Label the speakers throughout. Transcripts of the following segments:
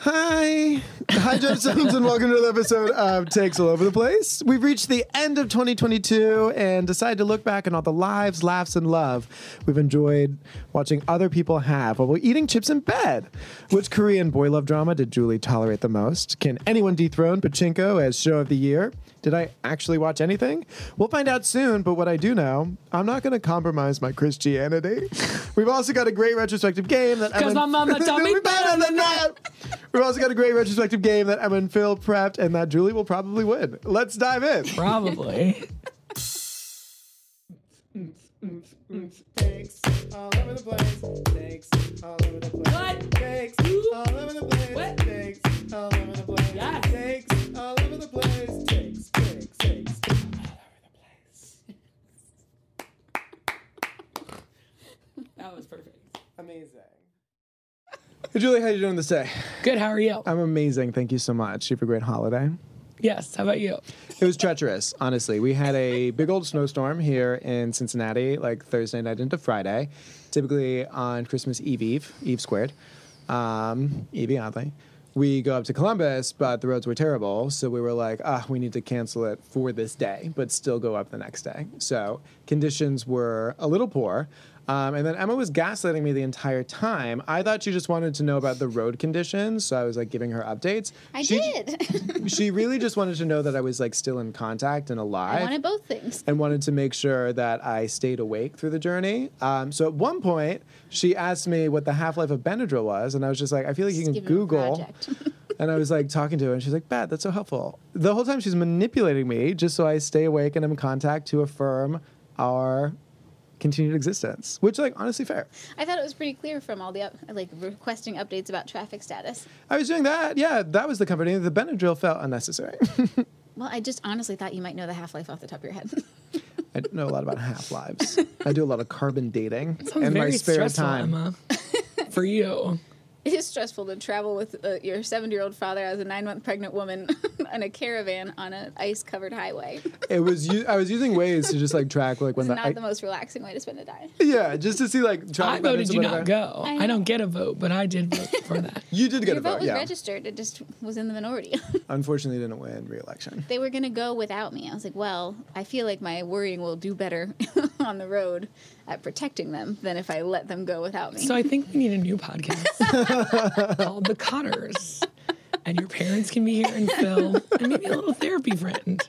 Speaker 1: Hi. Hi, Judge Sims, and welcome to another episode of Takes All Over the Place. We've reached the end of 2022 and decided to look back on all the lives, laughs, and love we've enjoyed watching other people have while we're eating chips in bed. Which Korean boy love drama did Julie tolerate the most? Can anyone dethrone Pachinko as show of the year? Did I actually watch anything? We'll find out soon, but what I do know, I'm not going to compromise my Christianity. We've also got a great retrospective game that
Speaker 2: 'Cause
Speaker 1: Emma-
Speaker 2: my mama told me better
Speaker 1: than that. We've also got a great retrospective game that Emma and Phil prepped, and that Julie will probably win. Let's dive in.
Speaker 2: Probably. What? What? Yes. That was perfect.
Speaker 1: Amazing. Hey, Julie, how you doing this day?
Speaker 2: Good. How are you?
Speaker 1: I'm amazing. Thank you so much. You have a great holiday.
Speaker 2: Yes. How about you?
Speaker 1: It was treacherous, honestly. We had a big old snowstorm here in Cincinnati, like Thursday night into Friday, typically on Christmas Eve Eve, Eve squared, um, Eve oddly. We go up to Columbus, but the roads were terrible, so we were like, ah, we need to cancel it for this day, but still go up the next day. So conditions were a little poor. Um, and then Emma was gaslighting me the entire time. I thought she just wanted to know about the road conditions, so I was like giving her updates.
Speaker 3: I
Speaker 1: She-
Speaker 3: did.
Speaker 1: she really just wanted to know that I was like still in contact and alive.
Speaker 3: I wanted both things.
Speaker 1: and wanted to make sure that I stayed awake through the journey. Um, so at one point, she asked me what the half life of Benadryl was, and I was just like, I feel like you
Speaker 3: Just
Speaker 1: can
Speaker 3: giving her a
Speaker 1: Google.
Speaker 3: project.
Speaker 1: and I was like talking to her, and she's like, "Bad, that's so helpful." The whole time she's manipulating me just so I stay awake and I'm in contact to affirm our continued existence, which like honestly fair.
Speaker 3: I thought it was pretty clear from all the up, like requesting updates about traffic status.
Speaker 1: I was doing that, yeah. That was the company. The Benadryl felt unnecessary.
Speaker 3: Well, I just honestly thought you might know the half life off the top of your head.
Speaker 1: I know a lot about half lives. I do a lot of carbon dating
Speaker 2: Sounds
Speaker 1: in my
Speaker 2: very
Speaker 1: spare
Speaker 2: stressful,
Speaker 1: time.
Speaker 2: Emma. For you.
Speaker 3: it is stressful to travel with uh, your seven-year-old father as a nine-month pregnant woman on a caravan on an ice-covered highway.
Speaker 1: It was u- I was using ways to just like track like when
Speaker 3: It's
Speaker 1: the,
Speaker 3: not
Speaker 1: I-
Speaker 3: the most relaxing way to spend a day.
Speaker 1: yeah just to see like
Speaker 2: I
Speaker 1: track
Speaker 2: voted you not go.
Speaker 3: I
Speaker 2: I, don't get a vote, but I did vote for that.
Speaker 1: You did get
Speaker 3: Your
Speaker 1: a vote,
Speaker 3: vote was
Speaker 1: yeah.
Speaker 3: registered. It just was in the minority.
Speaker 1: Unfortunately, didn't win re-election.
Speaker 3: they were gonna go without me. I was like, well, I feel like my worrying will do better on the road at protecting them than if I let them go without me.
Speaker 2: So I think we need a new podcast called The Cotters. And your parents can be here and Phil, and maybe a little therapy friend.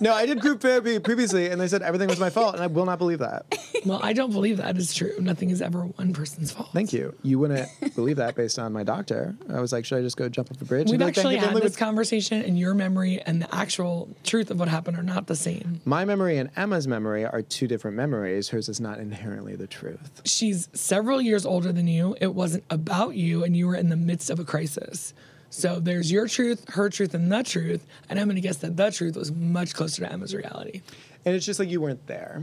Speaker 1: No, I did group therapy previously, and they said everything was my fault, and I will not believe that.
Speaker 2: Well, I don't believe that is true. Nothing is ever one person's fault.
Speaker 1: Thank you. You wouldn't believe that based on my doctor. I was like, should I just go jump off a bridge? And
Speaker 2: We've
Speaker 1: be like, "Thank
Speaker 2: actually
Speaker 1: you,
Speaker 2: had
Speaker 1: Finley,
Speaker 2: this
Speaker 1: but
Speaker 2: conversation, and your memory and the actual truth of what happened are not the same.
Speaker 1: my memory and Emma's memory are two different memories. Hers is not inherently the truth.
Speaker 2: She's several years older than you. It wasn't about you, and you were in the midst of a crisis. So there's your truth, her truth, and the truth. And I'm going to guess that the truth was much closer to Emma's reality.
Speaker 1: And it's just like you weren't there.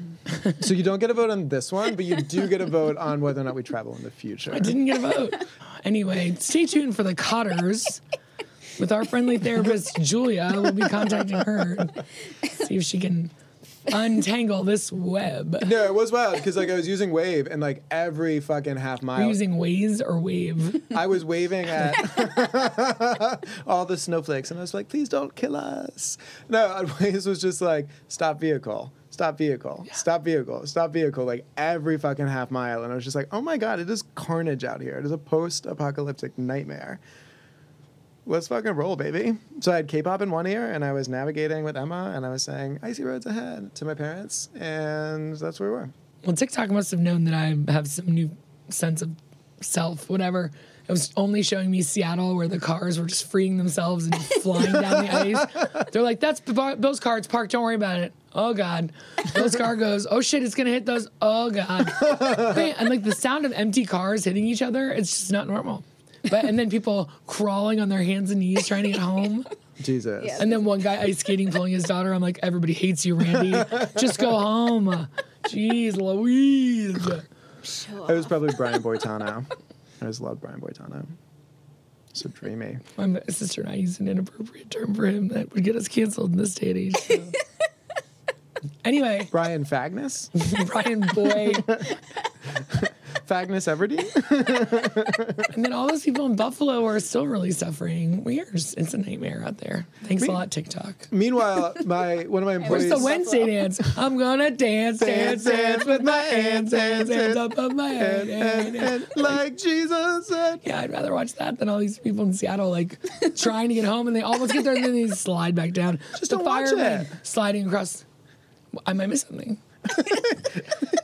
Speaker 1: so you don't get a vote on this one, but you do get a vote on whether or not we travel in the future.
Speaker 2: I didn't get a vote. anyway, stay tuned for the Cotters with our friendly therapist, Julia. We'll be contacting her, see if she can untangle this web.
Speaker 1: No, it was wild because like I was using Wave and like every fucking half
Speaker 2: Are
Speaker 1: mile,
Speaker 2: you using Waze or Wave?
Speaker 1: I was waving at all the snowflakes and I was like, please don't kill us. No, and Waze was just like, stop vehicle, stop vehicle, stop vehicle, stop vehicle, like every fucking half mile. And I was just like, oh my God, it is carnage out here. It is a post apocalyptic nightmare. Let's fucking roll, baby. So I had K pop in one ear and I was navigating with Emma and I was saying, icy roads ahead to my parents. And that's where we were.
Speaker 2: Well, TikTok must have known that I have some new sense of self, whatever. It was only showing me Seattle where the cars were just freeing themselves and flying down the ice. They're like, that's Bo- Bill's car. It's parked. Don't worry about it. Oh, God. Bill's car goes, oh, shit, it's going to hit those. Oh, God. and like the sound of empty cars hitting each other, it's just not normal. But and then people crawling on their hands and knees trying to get home.
Speaker 1: Jesus.
Speaker 3: Yes.
Speaker 2: And then one guy ice skating pulling his daughter. I'm like, everybody hates you, Randy. Just go home. Jeez Louise.
Speaker 3: Show
Speaker 1: It was probably Brian Boitano. I just love Brian Boitano. So dreamy.
Speaker 2: My sister and I used an inappropriate term for him that would get us canceled in this day and age. so. anyway,
Speaker 1: Brian Fagnus?
Speaker 2: Brian Boy.
Speaker 1: Fagnus Everdeen.
Speaker 2: And then all those people in Buffalo are still really suffering. Weir's. It's a nightmare out there. Thanks a lot, TikTok.
Speaker 1: Meanwhile, my one of my employees.
Speaker 3: where's
Speaker 2: It's the Wednesday dance. I'm gonna dance, dance, dance with my hands, hands, hands up on my head.
Speaker 1: and, and like Jesus said.
Speaker 2: Yeah, I'd rather watch that than all these people in Seattle like trying to get home and they almost get there and then they slide back down. Just
Speaker 1: don't watch it.
Speaker 2: sliding across. I might miss something.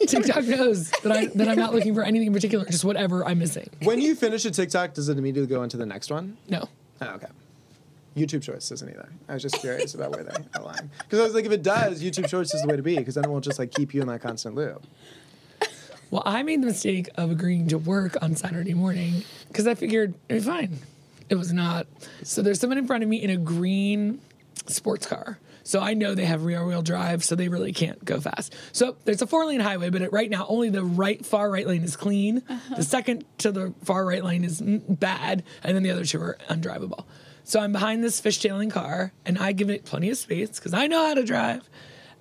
Speaker 2: TikTok knows that I that I'm not looking for anything in particular, just whatever I'm missing.
Speaker 1: When you finish a TikTok, does it immediately go into the next one?
Speaker 2: No.
Speaker 1: Oh, okay. YouTube Shorts doesn't either. I was just curious about where they align. Because I was like, if it does, YouTube Shorts is the way to be. Because then it won't just like keep you in that constant loop.
Speaker 2: Well, I made the mistake of agreeing to work on Saturday morning because I figured it'd be fine. It was not. So there's someone in front of me in a green sports car. So I know they have rear wheel drive, so they really can't go fast. So there's a four lane highway, but it, right now only the right far right lane is clean. The second to the far right lane is mm, bad, and then the other two are undrivable. So I'm behind this fishtailing car, and I give it plenty of space because I know how to drive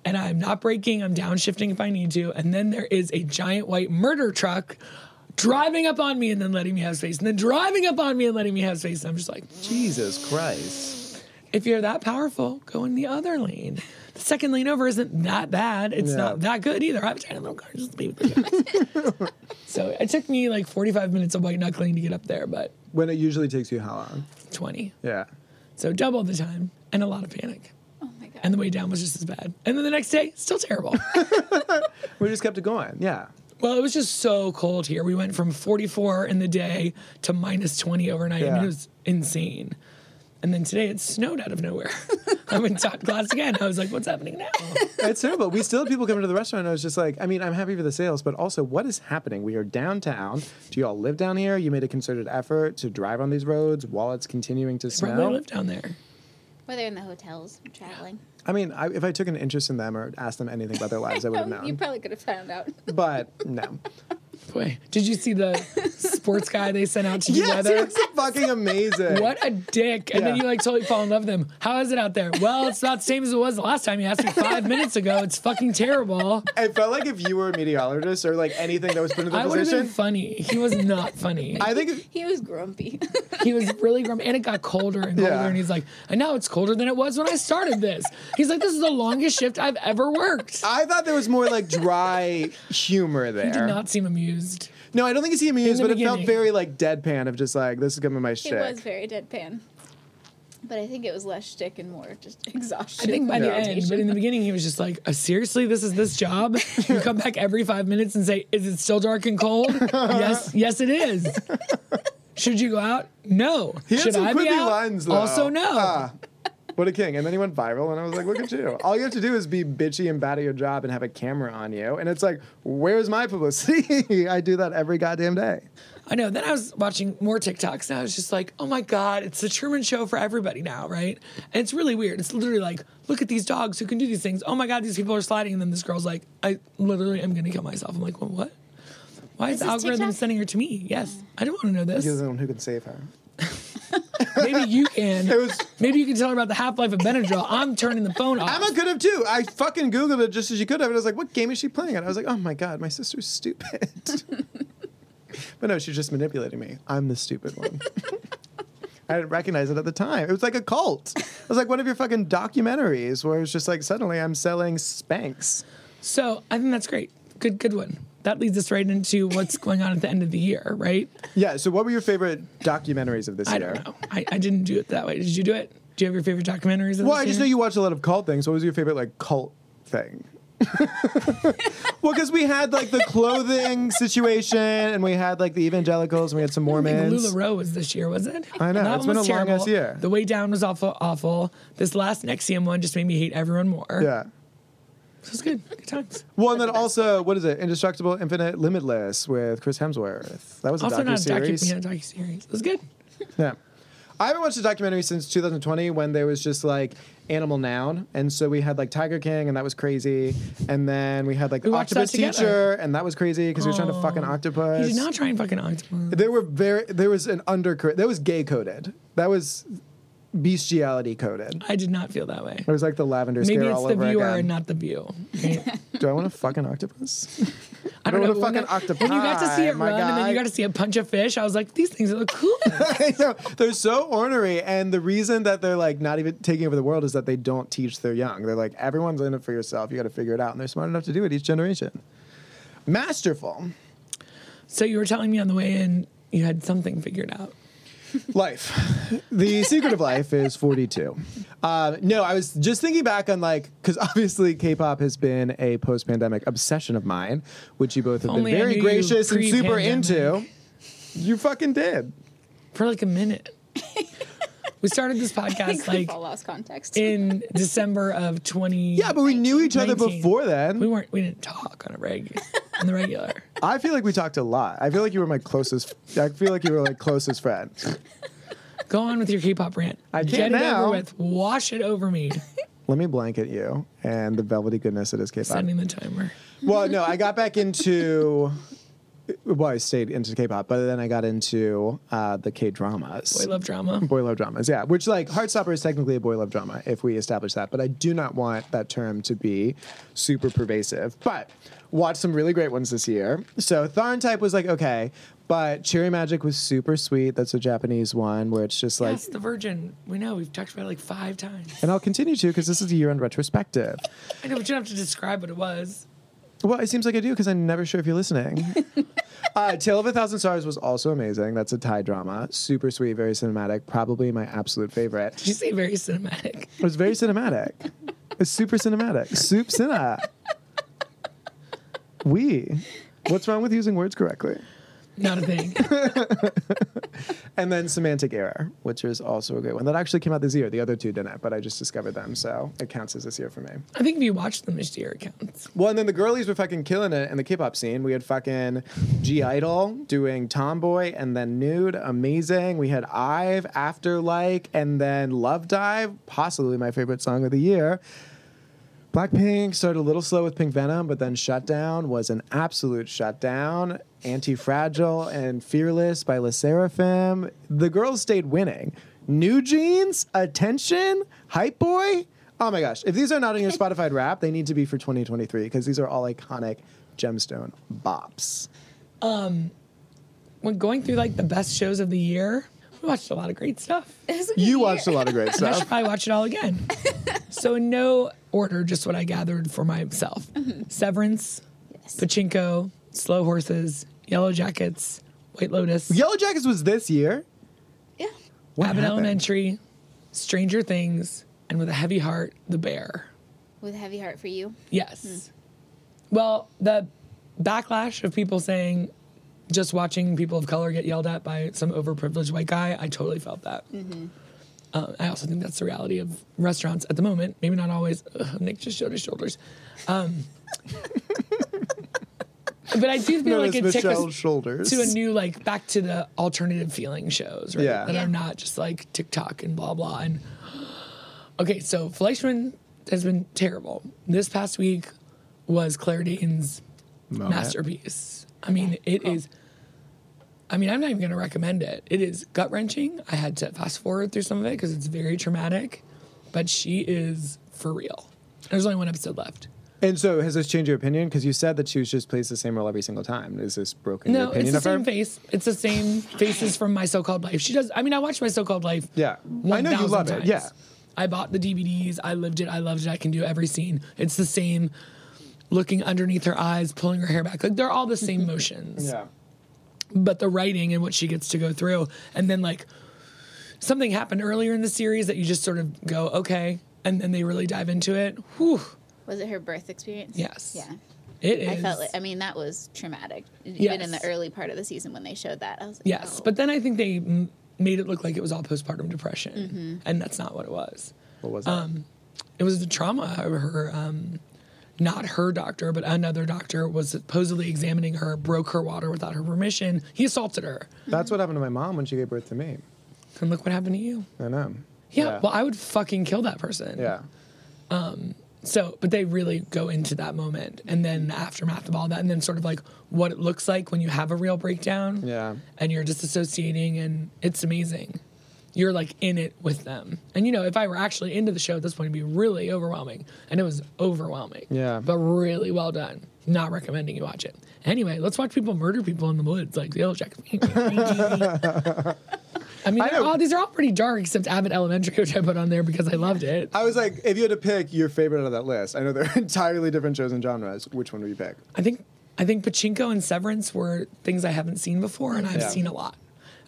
Speaker 2: and I'm not braking, I'm downshifting if I need to. And then there is a giant white murder truck driving up on me and then letting me have space, and then driving up on me and letting me have space. And I'm just like,
Speaker 1: Jesus Christ.
Speaker 2: if you're that powerful, go in the other lane. The second lane over isn't that bad. It's
Speaker 1: Yeah.
Speaker 2: not that good either. I'm trying to little car, just leave it. there. so it took me like 45 minutes of white knuckling to get up there, but
Speaker 1: When it usually takes you how long?
Speaker 2: 20.
Speaker 1: Yeah.
Speaker 2: So double the time and a lot of panic.
Speaker 3: Oh my god.
Speaker 2: And the way down was just as bad. And then the next day, still terrible.
Speaker 1: We just kept it going. Yeah.
Speaker 2: Well, it was just so cold here. We went from 44 in the day to minus 20 overnight. I mean,
Speaker 1: Yeah.
Speaker 2: it was insane. And then today it snowed out of nowhere. I'm in top class again. I was like, what's happening now?
Speaker 1: It's terrible. We still had people coming to the restaurant. And I was just like, I mean, I'm happy for the sales, but also, what is happening? We are downtown. Do you all live down here? You made a concerted effort to drive on these roads while it's continuing to
Speaker 2: Probably
Speaker 1: snow.
Speaker 2: live down there.
Speaker 3: Whether in the hotels, traveling.
Speaker 1: I mean, I, if I took an interest in them or asked them anything about their lives, I would have
Speaker 3: Oh, you
Speaker 1: known.
Speaker 3: probably could have found out.
Speaker 1: but no.
Speaker 2: Boy, did you see the sports guy they sent out to do
Speaker 1: Yes,
Speaker 2: weather?
Speaker 1: it was fucking amazing.
Speaker 2: What a dick. And then
Speaker 1: Yeah.
Speaker 2: you like totally fall in love with him. How is it out there? Well, it's not the same as it was the last time you asked me five minutes ago. It's fucking terrible.
Speaker 1: I felt like if you were a meteorologist or like anything that was put into the
Speaker 2: I would have been
Speaker 1: position,
Speaker 2: funny. He was not funny.
Speaker 1: I think
Speaker 3: He was grumpy.
Speaker 2: He was really grumpy, and it got colder and colder.
Speaker 1: Yeah.
Speaker 2: And he's like, "I know it's colder than it was when I started this." He's like, "This is the longest shift I've ever worked."
Speaker 1: I thought there was more like dry humor there.
Speaker 2: Did not seem amused.
Speaker 1: No, I don't think it's him used,
Speaker 2: the
Speaker 1: but it felt
Speaker 2: beginning.
Speaker 1: very like deadpan of just like this is gonna be my
Speaker 3: he
Speaker 1: shit.
Speaker 3: was very deadpan. But I think it was less shtick and more just
Speaker 2: I
Speaker 3: exhaustion.
Speaker 2: think by the end, but in the beginning, he was just like, "Uh, "Seriously, this is this job? You come back every five minutes and say, "Is it still dark and cold?" yes, yes, it is. Should you go out? No.
Speaker 1: He had
Speaker 2: Should
Speaker 1: some
Speaker 2: I be
Speaker 1: quippy
Speaker 2: out?
Speaker 1: lines though.
Speaker 2: also, no.
Speaker 1: Ah, what a king! And then he went viral, and I was like, "Look at you! All you have to do is be bitchy and bad at your job, and have a camera on you." And it's like, "Where's my publicity? I do that every goddamn day."
Speaker 2: I know. Then I was watching more TikToks and I was just like, oh my God, it's the Truman Show for everybody now, right? And it's really weird. It's literally like, look at these dogs who can do these things. Oh my God, these people are sliding. And then this girl's like, I literally am going to kill myself. I'm like, well, what? Why is, the
Speaker 3: this
Speaker 2: algorithm
Speaker 3: TikTok?
Speaker 2: sending her to me? Yes. I don't want to know
Speaker 1: He's
Speaker 2: this.
Speaker 1: the one who can save her.
Speaker 2: Maybe you
Speaker 1: It
Speaker 2: can.
Speaker 1: was.
Speaker 2: Maybe you can tell her about the half life of Benadryl. I'm turning the phone off.
Speaker 1: Emma could have too. I fucking googled it just as you could have. And I was like, "What game is she playing?" And I was like, "Oh my god, my sister's stupid." but no, she's just manipulating me. I'm the stupid one. I didn't recognize it at the time. It was like a cult. It was like one of your fucking documentaries where it's just like suddenly I'm selling Spanx.
Speaker 2: so I think that's great. Good, good one. That leads us right into what's going on at the end of the year, right?
Speaker 1: Yeah. So, what were your favorite documentaries of this
Speaker 2: I
Speaker 1: year?
Speaker 2: don't know. I, I didn't do it that way. Did you do it? Do you have your favorite documentaries? of
Speaker 1: Well,
Speaker 2: this
Speaker 1: I just
Speaker 2: year?
Speaker 1: know you watch a lot of cult things. What was your favorite like cult thing? well, because we had like the clothing situation, and we had like the evangelicals, and we had some
Speaker 2: think
Speaker 1: Mormons.
Speaker 2: LuLaRoe was this year, was it?
Speaker 1: I know,
Speaker 2: That
Speaker 1: it's
Speaker 2: one
Speaker 1: been
Speaker 2: was
Speaker 1: a long ass
Speaker 2: terrible.
Speaker 1: year.
Speaker 2: The Way Down was awful. Awful. This last Nexium one just made me hate everyone more.
Speaker 1: Yeah.
Speaker 2: This was good. Good times.
Speaker 1: Well, and then also, what is it? Indestructible, Infinite, Limitless with Chris Hemsworth. That was a
Speaker 2: also
Speaker 1: docu
Speaker 2: not a docu-
Speaker 1: series.
Speaker 2: yeah, docu-series. It was good.
Speaker 1: Yeah. I haven't watched a documentary since 2020 when there was just like Animal Noun. And so we had like Tiger King and that was crazy. And then we had like
Speaker 2: We watched that
Speaker 1: Octopus
Speaker 2: together.
Speaker 1: Teacher and that was crazy because he was trying to fuck an octopus.
Speaker 2: He did not try and fucking octopus.
Speaker 1: There were very there was an undercurrent. That was gay coded. That was bestiality coded.
Speaker 2: I did not feel that way.
Speaker 1: It was like the lavender
Speaker 2: Maybe
Speaker 1: scare
Speaker 2: it's
Speaker 1: all
Speaker 2: the
Speaker 1: over
Speaker 2: viewer
Speaker 1: again.
Speaker 2: and not the view. right?
Speaker 1: Do I want a fucking octopus?
Speaker 2: I
Speaker 1: don't
Speaker 2: know.
Speaker 1: want a
Speaker 2: when,
Speaker 1: fucking
Speaker 2: when you got to see
Speaker 1: octopi,
Speaker 2: it
Speaker 1: my
Speaker 2: run, and then
Speaker 1: guy.
Speaker 2: you got to see a punch of fish, I was like, these things look cool.
Speaker 1: I know. They're so ornery, and the reason that they're like not even taking over the world is that they don't teach their young. They're like everyone's in it for yourself. You got to figure it out, and they're smart enough to do it each generation. Masterful
Speaker 2: so you were telling me on the way in, you had something figured out.
Speaker 1: life. The secret of life is forty-two. Um, no, I was just thinking back on like because obviously K-pop has been a post-pandemic obsession of mine, which you both have
Speaker 2: Only I
Speaker 1: been very
Speaker 2: knew you
Speaker 1: gracious and super into.
Speaker 2: pre-pandemic.
Speaker 1: You fucking did.
Speaker 2: for like a minute. we started this podcast like
Speaker 3: we've all lost context.
Speaker 2: in December of 20.
Speaker 1: Yeah, but we knew each other
Speaker 2: 19.
Speaker 1: before then.
Speaker 2: we weren't. We didn't talk on a reg, on the regular.
Speaker 1: I feel like we talked a lot. I feel like you were my closest. I feel like you were like closest friend.
Speaker 2: Go on with your K-pop rant.
Speaker 1: I
Speaker 2: Get
Speaker 1: can't
Speaker 2: it
Speaker 1: now.
Speaker 2: over with. Wash it over me.
Speaker 1: Let me blanket you and the velvety goodness that is K-pop.
Speaker 2: Sending the timer.
Speaker 1: Well, no, I got back into. Well, I stayed into K-pop, but then I got into uh, the K-dramas.
Speaker 2: Boy, love drama.
Speaker 1: Boy love dramas, yeah. Which like Heartstopper is technically a boy love drama if we establish that, but I do not want that term to be super pervasive. But watched some really great ones this year. So Tharn type was like okay, but Cherry Magic was super sweet. That's a Japanese one where it's just like
Speaker 2: Yes, the Virgin. We know. We've talked about it like five times.
Speaker 1: and I'll continue to because this is a year-end retrospective.
Speaker 2: I know, but you don't have to describe what it was.
Speaker 1: Well, it seems like I do because I'm never sure if you're listening. uh, Tale of a Thousand Stars was also amazing. That's a Thai drama, super sweet, very cinematic. Probably my absolute favorite.
Speaker 2: Did you say very cinematic?
Speaker 1: It was very cinematic. It's super cinematic. Soup cine. We. What's wrong with using words correctly?
Speaker 2: Not a thing.
Speaker 1: And then Semantic Error, which is also a great one. That actually came out this year. The other two didn't, but I just discovered them, so it counts as this year for me.
Speaker 2: I think if you watch them this year, it counts.
Speaker 1: Well, and then the girlies were fucking killing it in the K-pop scene. We had fucking G Idol doing Tomboy and then Nude, amazing. We had Ive, After Like, and then Love Dive, possibly my favorite song of the year. Blackpink started a little slow with Pink Venom, but then Shutdown was an absolute shutdown. Anti Fragile and Fearless by La Seraphim. The girls stayed winning. New Jeans, Attention, Hype Boy. Oh my gosh. If these are not on your Spotify wrap, they need to be for 2023 because these are all iconic gemstone bops.
Speaker 2: When going through like the best shows of the year, we watched a lot of great stuff.
Speaker 1: You watched a lot of great
Speaker 2: I should
Speaker 1: stuff.
Speaker 2: probably watch it all again. so in no order, just what I gathered for myself:
Speaker 1: Mm-hmm.
Speaker 2: Severance, Pachinko, Slow Horses, Yellow Jackets, White Lotus,
Speaker 1: Yellow Jackets was this year.
Speaker 3: Yeah.
Speaker 1: What
Speaker 2: Abbott
Speaker 1: happened?
Speaker 2: Elementary, Stranger Things, and with a heavy heart, The Bear.
Speaker 3: With a heavy heart for you.
Speaker 2: Yes. Well, the backlash of people saying, just watching people of color get yelled at by some overprivileged white guy, I totally felt that. Uh, I also think that's the reality of restaurants at the moment. Maybe not always. Ugh, Nick just showed his shoulders. Um, but I do feel like
Speaker 1: Notice
Speaker 2: it took
Speaker 1: Michelle's
Speaker 2: us
Speaker 1: shoulders.
Speaker 2: to a new like back to the alternative feeling shows, right?
Speaker 1: Yeah.
Speaker 2: That
Speaker 3: Yeah.
Speaker 2: are not just like TikTok and blah blah. And okay, so Fleischman has been terrible. This past week was Claire Danes'
Speaker 1: Moment.
Speaker 2: masterpiece. I mean, it is. I mean, I'm not even going to recommend it. It is gut wrenching. I had to fast forward through some of it because it's very traumatic, but she is for real. There's only one episode left.
Speaker 1: And so, has this changed your opinion? Because you said that she was just plays the same role every single time. Is this broken your
Speaker 2: No,
Speaker 1: opinion
Speaker 2: it's the
Speaker 1: of her?
Speaker 2: same face. It's the same faces from my so-called life. She does. I mean, I watched my so-called life.
Speaker 1: Yeah. I know you
Speaker 2: 1,000
Speaker 1: love it,
Speaker 2: times.
Speaker 1: yeah.
Speaker 2: I bought the DVDs. I lived it. I loved it. I can do every scene. It's the same. Looking underneath her eyes, pulling her hair back. Like they're all the same motions.
Speaker 1: Yeah.
Speaker 2: But the writing and what she gets to go through, and then like something happened earlier in the series that you just sort of go okay, and then they really dive into it. Whew.
Speaker 3: Was it her birth experience?
Speaker 2: Yes.
Speaker 3: Yeah.
Speaker 2: It is.
Speaker 3: I felt like, I mean, that was traumatic. Even in
Speaker 2: Yes.
Speaker 3: the early part of the season when they showed that. I was like,
Speaker 2: Yes,
Speaker 3: oh.
Speaker 2: but then I think they m- made it look like it was all postpartum depression, and that's not what it was.
Speaker 1: What was that?
Speaker 2: Um, It was the trauma of her, um, not her doctor, but another doctor was supposedly examining her, broke her water without her permission. He assaulted her,
Speaker 1: That's what happened to my mom when she gave birth to me.
Speaker 2: and look what happened to you.
Speaker 1: I know.
Speaker 2: Yeah,
Speaker 1: Yeah.
Speaker 2: well, I would fucking kill that person.
Speaker 1: Yeah.
Speaker 2: So, but they really go into that moment and then the aftermath of all that, and then sort of like what it looks like when you have a real breakdown.
Speaker 1: Yeah.
Speaker 2: And you're disassociating, and it's amazing. you're like in it with them. And you know, if I were actually into the show at this point, it'd be really overwhelming. And it was overwhelming.
Speaker 1: Yeah.
Speaker 2: But really well done. Not recommending you watch it. Anyway, let's watch people murder people in the woods, like the Jack. I mean,
Speaker 1: I
Speaker 2: they're
Speaker 1: know-
Speaker 2: all, these are all pretty dark, except Abbott Elementary, which I put on there because I loved it.
Speaker 1: I was like, if you had to pick your favorite out of that list, I know they're entirely different shows and genres. Which one would you pick?
Speaker 2: I think I think Pachinko and Severance were things I haven't seen before, and I've
Speaker 1: Yeah.
Speaker 2: seen a lot,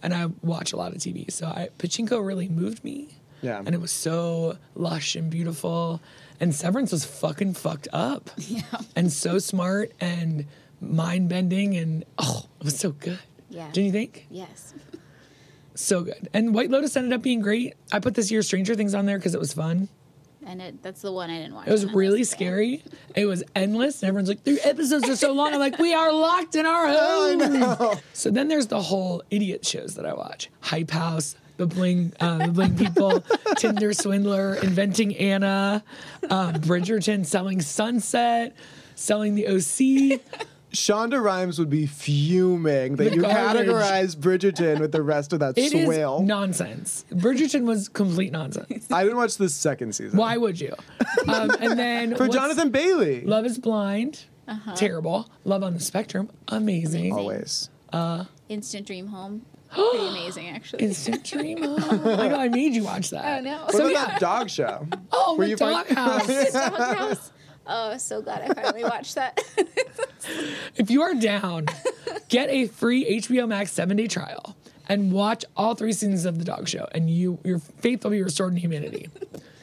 Speaker 2: and I watch a lot of TV. So I, Pachinko really moved me.
Speaker 1: Yeah.
Speaker 2: and it was so lush and beautiful, and Severance was fucking fucked up. Yeah, and so smart and mind bending, and oh, it was so good.
Speaker 3: Yeah.
Speaker 2: Didn't you think?
Speaker 3: Yes.
Speaker 2: So good. And White Lotus ended up being great. I put this year's Stranger Things on there because it was fun.
Speaker 3: And it, that's the one I didn't watch.
Speaker 2: It was
Speaker 3: on my
Speaker 2: really
Speaker 3: list today.
Speaker 2: scary. It was endless. And everyone's like, their episodes are so long. I'm like, we are locked in our home. So then there's the whole idiot shows that I watch Hype House, The Bling, uh, the Bling People, Tinder Swindler, Inventing Anna, um, Bridgerton, Selling Sunset, Selling the OC.
Speaker 1: Shonda Rhimes would be fuming that
Speaker 2: The
Speaker 1: you
Speaker 2: garbage.
Speaker 1: categorized Bridgerton with the rest of that
Speaker 2: It is
Speaker 1: swale.
Speaker 2: nonsense. Bridgerton was complete nonsense.
Speaker 1: I didn't watch the second season.
Speaker 2: Why would you? Um, and then
Speaker 1: For
Speaker 2: what's-
Speaker 1: Jonathan Uh-huh. Bailey.
Speaker 2: Love is Blind, terrible. Love on the Spectrum, amazing.
Speaker 1: Always.
Speaker 3: Instant Dream Home. Pretty amazing, actually.
Speaker 2: Instant Dream Home. I know I made you watch that.
Speaker 3: I know.
Speaker 1: What about that dog show?
Speaker 2: Oh,
Speaker 1: Were
Speaker 2: the
Speaker 1: you fine-
Speaker 2: doghouse.
Speaker 3: Doghouse. Oh, I was so glad I finally watched that.
Speaker 2: if you are down, get a free HBO Max seven day trial and watch all three seasons of the dog show, and you your faith will be restored in humanity.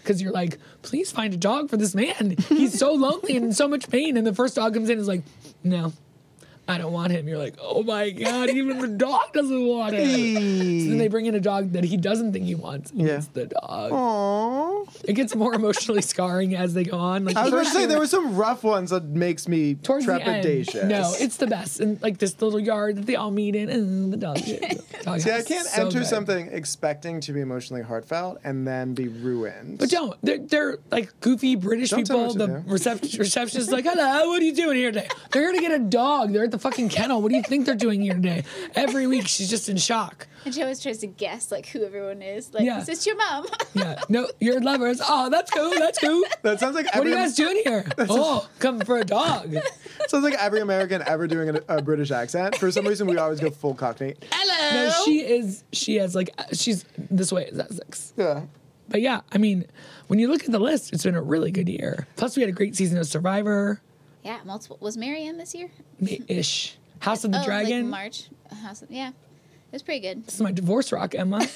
Speaker 2: Because you're like, please find a dog for this man. He's so lonely and in so much pain. And the first dog comes in and is like, no, I don't want him. You're like, oh my God, even the dog doesn't want him. So then they bring in a dog that he doesn't think he wants. and
Speaker 1: Yeah.
Speaker 2: It's the dog.
Speaker 1: Aww.
Speaker 2: It gets more emotionally scarring as they go on. Like
Speaker 1: I was
Speaker 2: the
Speaker 1: going to say, there were some rough ones that makes me
Speaker 2: towards the end.
Speaker 1: trepidatious.
Speaker 2: No, it's the best. And like this little yard that they all meet in, and the dog. shit. Dog
Speaker 1: See, I
Speaker 2: house,
Speaker 1: can't
Speaker 2: so
Speaker 1: enter
Speaker 2: good.
Speaker 1: something expecting to be emotionally heartfelt and then be ruined.
Speaker 2: But don't. They're, they're like goofy British
Speaker 1: Don't tell me
Speaker 2: people. The
Speaker 1: what
Speaker 2: recep- receptionist is like, hello, what are you doing here today? They're here to get a dog. They're at the fucking kennel. What do you think they're doing here today? Every week she's just in shock.
Speaker 3: and she always tries to guess like who everyone is. Like,
Speaker 2: Yeah.
Speaker 3: is this your mom?
Speaker 2: Yeah. No, your lovers. Oh, that's cool. That's cool.
Speaker 1: that sounds like
Speaker 2: What are
Speaker 1: every,
Speaker 2: you guys doing here? Oh, coming for a dog.
Speaker 1: sounds like every American ever doing a, a British accent. For some reason, we always go full Cockney.
Speaker 3: Hello.
Speaker 2: No, she is. She has like she's this way as Essex.
Speaker 1: Yeah.
Speaker 2: But yeah, I mean, when you look at the list, it's been a really good year. Plus, we had a great season of Survivor
Speaker 3: yeah, multiple. Was Marianne this year?
Speaker 2: ish. House of the
Speaker 3: oh, like
Speaker 2: Dragon.
Speaker 3: March. House of- yeah. It was pretty good.
Speaker 2: this is my divorce rock, Emma.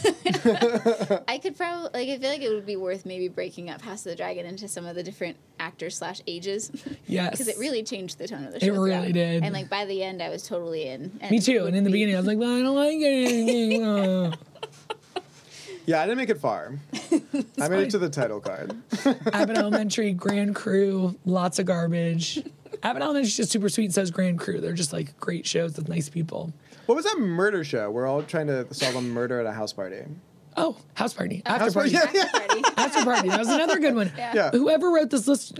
Speaker 3: I could probably like I feel like it would be worth maybe breaking up House of the Dragon into some of the different actors slash ages
Speaker 2: yes.
Speaker 3: because it really changed the tone of the show.
Speaker 2: really
Speaker 3: throughout.
Speaker 2: did.
Speaker 3: And like by the end, I was totally in.
Speaker 2: Me too. And in the beginning, I was like, well, I don't like it. Uh,
Speaker 1: Yeah, I didn't make it far. I made it to the title card.
Speaker 2: Abbott Elementary, Grand Crew, lots of garbage. Abbott Elementary's just super sweet, says Grand Crew. They're just like great shows with nice people.
Speaker 1: What was that murder show? We're all trying to solve a murder at a house party.
Speaker 2: Oh, House Party. After
Speaker 1: House
Speaker 2: Party.
Speaker 1: party? Yeah, yeah.
Speaker 2: After Party. That was another good one.
Speaker 1: Yeah.
Speaker 2: Whoever wrote this list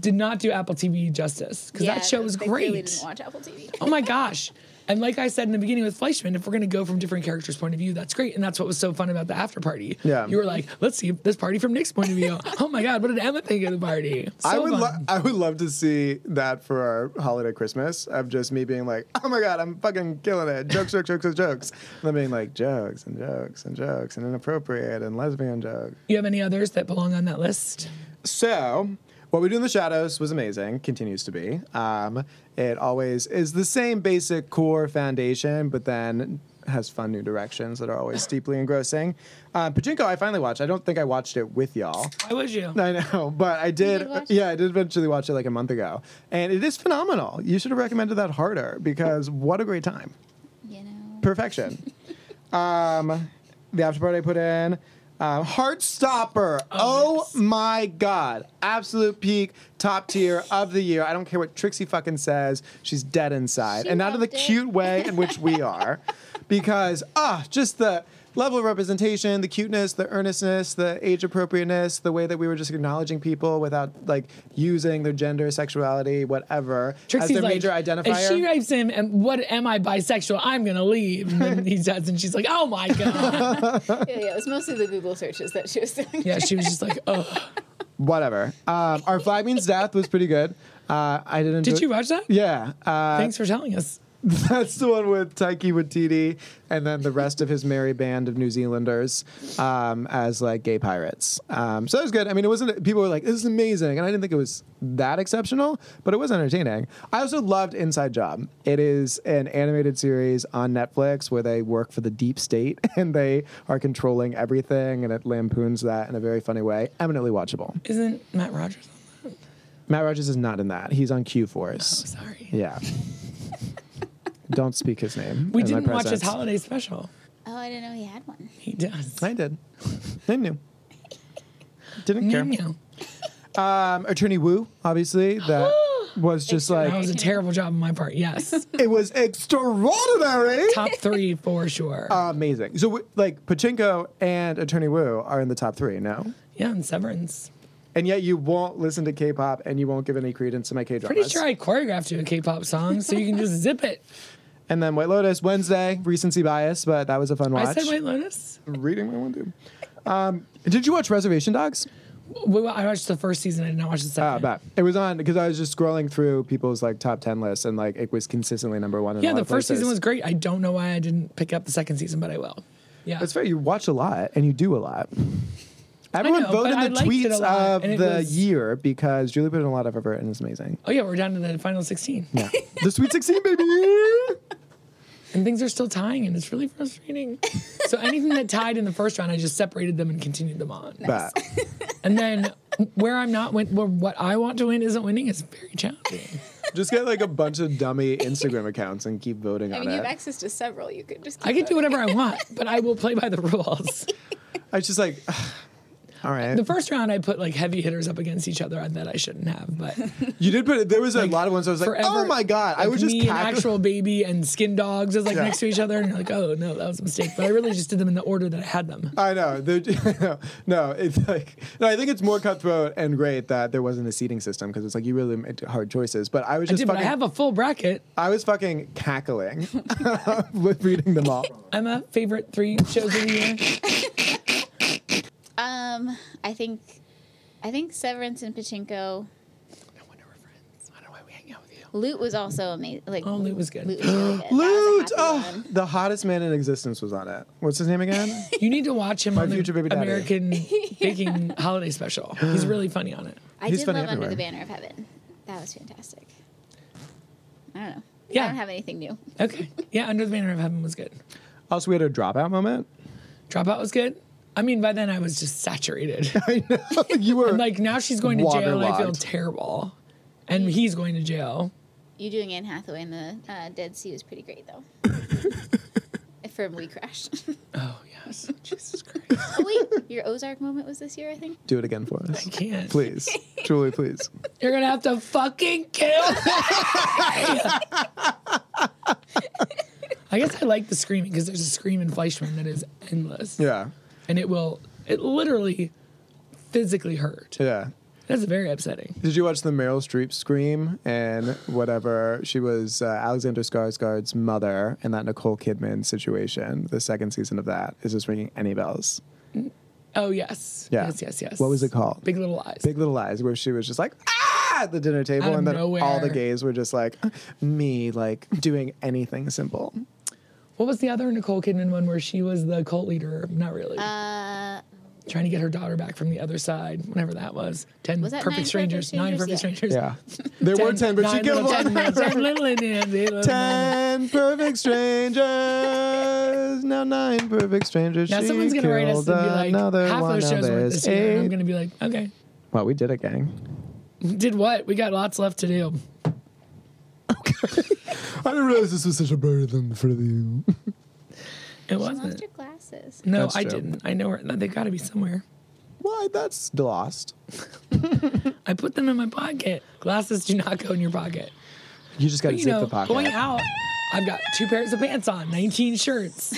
Speaker 2: did not do Apple TV justice because
Speaker 3: Yeah,
Speaker 2: that show was
Speaker 3: they
Speaker 2: great.
Speaker 3: Really didn't watch Apple TV.
Speaker 2: Oh my gosh. And like I said in the beginning with Fleischman, if we're going to go from different characters' point of view, that's great. And that's what was so fun about the after party.
Speaker 1: Yeah.
Speaker 2: You were like, let's see this party from Nick's point of view. oh my God, what did Emma think of the party? So
Speaker 1: I would,
Speaker 2: fun.
Speaker 1: lo- I would love to see that for our holiday Christmas of just me being like, oh my god, I'm fucking killing it, jokes, jokes, jokes, jokes, jokes, and then being like jokes and jokes and jokes and inappropriate and lesbian jokes.
Speaker 2: you have any others that belong on that list?
Speaker 1: So, what we do in the shadows was amazing, continues to be. Um, it always is the same basic core foundation, but then has fun new directions that are always deeply engrossing. Um, Pachinko, I finally watched. I don't think I watched it with y'all.
Speaker 2: Why would you?
Speaker 1: I know, but I did.
Speaker 3: did watch
Speaker 1: yeah, I did eventually watch it like a month ago, and it is phenomenal. You should have recommended that harder because what a great time!
Speaker 3: You know.
Speaker 1: Perfection. um, the after part I put in. Um, Heartstopper. Oh, my God. Absolute peak, top tier of the year. I don't care what Trixie fucking says. She's dead inside.
Speaker 3: She
Speaker 1: and not in the
Speaker 3: loved it.
Speaker 1: cute way in which we are. because ah, just the level of representation, the cuteness, the earnestness, the age appropriateness, the way that we were just acknowledging people without like using their gender, sexuality, whatever
Speaker 2: Trixie's
Speaker 1: as their
Speaker 2: like,
Speaker 1: major identifier.
Speaker 2: If she rapes him, and what am I bisexual? I'm gonna leave. And then he does, and she's like, oh my god.
Speaker 3: yeah, yeah, it was mostly the Google searches that she was doing.
Speaker 2: yeah, she was just like, oh.
Speaker 1: whatever. Um, our flag means death was pretty good. Uh, I didn't.
Speaker 2: Did you watch that?
Speaker 1: Yeah, uh,
Speaker 2: Thanks for telling us.
Speaker 1: that's the one with Taiki Waititi, and then the rest of his merry band of New Zealanders um, as like gay pirates. Um, so it was good. I mean, it wasn't. People were like, "This is amazing," and I didn't think it was that exceptional, but it was entertaining. I also loved Inside Job. It is an animated series on Netflix where they work for the deep state and they are controlling everything, and it lampoons that in a very funny way. Eminently watchable.
Speaker 2: Isn't Matt Rogers? on
Speaker 1: Matt Rogers is not in that. He's on Q
Speaker 2: that?
Speaker 1: Force.
Speaker 2: Oh, Sorry.
Speaker 1: Yeah. Don't speak his name.
Speaker 2: We
Speaker 1: in my
Speaker 2: didn't watch his
Speaker 1: presence.
Speaker 2: holiday special.
Speaker 3: Oh, I didn't know he had one.
Speaker 2: He does.
Speaker 1: I did. I knew. Didn't
Speaker 2: Meow,
Speaker 1: care.
Speaker 2: meow.
Speaker 1: Um, Attorney Wu, obviously, that was just
Speaker 2: That
Speaker 1: like
Speaker 2: was a terrible job on my part. Yes.
Speaker 1: it was extraordinary,
Speaker 2: Top three for sure.
Speaker 1: Uh, amazing. So w- like Pachinko and Attorney Wu are in the top three now,
Speaker 2: yeah, and Severance.
Speaker 1: and yet you won't listen to K-pop and you won't give any credence to my K-dramas.
Speaker 2: Pretty sure I choreographed you a K-pop song, so you can just zip it.
Speaker 1: And then White Lotus Wednesday, recency bias, but that was a fun watch.
Speaker 2: I said White Lotus.
Speaker 1: I'm reading my one too. Um, did you watch Reservation Dogs?
Speaker 2: Well, I watched the first season. I did not watch the
Speaker 1: Ah,
Speaker 2: second.
Speaker 1: bad. It was on because I was just scrolling through people's like top ten lists, and like it was consistently number one. In a
Speaker 2: yeah,
Speaker 1: lot
Speaker 2: the
Speaker 1: of
Speaker 2: first
Speaker 1: places.
Speaker 2: season was great. I don't know why I didn't pick up the second season, but I will. Yeah.
Speaker 1: That's fair. You watch a lot and you do a lot. Everyone
Speaker 2: know,
Speaker 1: voted
Speaker 2: but I
Speaker 1: the
Speaker 2: liked it a
Speaker 1: tweets
Speaker 2: lot,
Speaker 1: of
Speaker 2: and it
Speaker 1: the
Speaker 2: was-
Speaker 1: year because Julie put in a lot of effort and it's amazing.
Speaker 2: Oh yeah, we're down to the final sixteen,
Speaker 1: Yeah, the Sweet Sixteen, baby.
Speaker 2: and things are still tying, and it's really frustrating. so anything that tied in the first round, I just separated them and continued them on.
Speaker 1: But
Speaker 2: And then where I'm not win, where what I want to win isn't winning is very challenging.
Speaker 1: just get like a bunch of dummy Instagram accounts and keep voting
Speaker 3: I
Speaker 1: on
Speaker 3: mean, you have
Speaker 1: it.
Speaker 3: access to several. You could just. Keep
Speaker 2: I can do whatever I want, but I will play by the rules.
Speaker 1: I was just like, all right.
Speaker 2: The first round, I put like heavy hitters up against each other that I shouldn't have, but
Speaker 1: you did put it. There was a lot of ones I was like,
Speaker 2: forever.
Speaker 1: oh my god, I
Speaker 2: like,
Speaker 1: was just
Speaker 2: me and
Speaker 1: cackling.
Speaker 2: actual baby and skin dogs is like
Speaker 1: Yeah.
Speaker 2: next to each other, and you're like, oh no, that was a mistake. But I really just did them in the order that I had them.
Speaker 1: I know. The, no, it's like no. I think it's more cutthroat and great that there wasn't a seating system because it's like you really made hard choices. But I was
Speaker 2: I
Speaker 1: just
Speaker 2: did, but I
Speaker 1: fucking. I,
Speaker 2: have a full bracket.
Speaker 1: was fucking cackling with reading them all.
Speaker 2: Emma, favorite three shows of the year.
Speaker 3: Um, I think, I think Severance and Pachinko.
Speaker 2: No wonder we're friends. I don't know why we hang out with you.
Speaker 3: Loot was also amazing. Like
Speaker 2: Oh, Loot was good.
Speaker 3: Loot. was really good. That was a
Speaker 1: Loot.
Speaker 3: happy
Speaker 1: Oh,
Speaker 3: one.
Speaker 1: the hottest man in existence was on it. What's his name again?
Speaker 2: You need to watch him on the
Speaker 1: future baby daddy.
Speaker 2: American Baking Holiday Special. He's really funny on it.
Speaker 3: I
Speaker 1: He's
Speaker 3: did love
Speaker 1: funny
Speaker 3: Under the
Speaker 1: everywhere.
Speaker 3: Banner of Heaven. That was fantastic. I don't know.
Speaker 2: Yeah.
Speaker 3: I don't have anything new.
Speaker 2: Okay. Yeah, Under the Banner of Heaven was good.
Speaker 1: also, we had a dropout moment.
Speaker 2: Dropout was good. I mean, by then I was just saturated.
Speaker 1: I know you were.
Speaker 2: like now she's going to jail and I feel
Speaker 1: Waterlogged.
Speaker 2: terrible. And he's going to jail.
Speaker 3: You doing Anne Hathaway in the uh, Dead Sea was pretty great, though. From We Crashed.
Speaker 2: Oh yes. Jesus Christ.
Speaker 3: oh, wait, your Ozark moment was this year, I think.
Speaker 1: Do it again for us,
Speaker 2: I can't.
Speaker 1: please, Julie. Please.
Speaker 2: You're gonna have to fucking kill me. I guess I like the screaming because there's a scream in Fleischman that is endless.
Speaker 1: Yeah.
Speaker 2: And it will it literally physically hurt.
Speaker 1: Yeah.
Speaker 2: That's very upsetting.
Speaker 1: Did you watch the Meryl Streep scream and whatever? She was uh, Alexander Skarsgård's mother in that Nicole Kidman situation. The second season of that. Is this ringing any bells?
Speaker 2: Oh yes.
Speaker 1: Yeah.
Speaker 2: Yes, yes, yes.
Speaker 1: What was it called?
Speaker 2: Big Little Lies.
Speaker 1: Big Little Lies, where she was just like, ah, at the dinner
Speaker 2: Out
Speaker 1: table.
Speaker 2: of
Speaker 1: And then
Speaker 2: nowhere.
Speaker 1: all the gays were just like, me, like doing anything simple.
Speaker 2: What was the other Nicole Kidman one where she was the cult leader? Not really.
Speaker 3: Uh,
Speaker 2: Trying to get her daughter back from the other side, whenever that was. Ten
Speaker 3: Was that
Speaker 2: perfect
Speaker 3: Nine Perfect
Speaker 2: strangers, nine perfect
Speaker 3: Strangers?
Speaker 2: strangers.
Speaker 1: Yeah. There were 10, but she
Speaker 2: nine
Speaker 1: killed
Speaker 2: little-
Speaker 1: one.
Speaker 2: ten, ten little Indians, they love mine.
Speaker 1: 10 perfect strangers. Now nine perfect strangers.
Speaker 2: Now
Speaker 1: she
Speaker 2: someone's gonna write us
Speaker 1: killed
Speaker 2: and be like,
Speaker 1: another
Speaker 2: half
Speaker 1: one.
Speaker 2: those
Speaker 1: Now
Speaker 2: shows weren't
Speaker 1: there's
Speaker 2: this year. And I'm
Speaker 1: eight.
Speaker 2: gonna be like, okay,
Speaker 1: Well, we did it, gang.
Speaker 2: did what? We got lots left to do.
Speaker 1: I didn't realize this was such a burden for you.
Speaker 2: It
Speaker 3: she lost
Speaker 2: wasn't.
Speaker 3: her glasses.
Speaker 2: No,
Speaker 1: That's
Speaker 2: I
Speaker 1: true.
Speaker 2: didn't. I know where they got to be somewhere.
Speaker 1: Why? That's lost.
Speaker 2: I put them in my pocket. Glasses do not go in your pocket.
Speaker 1: You just got to
Speaker 2: you
Speaker 1: zip
Speaker 2: know,
Speaker 1: the pocket.
Speaker 2: going out. I've got two pairs of pants on, 19 shirts,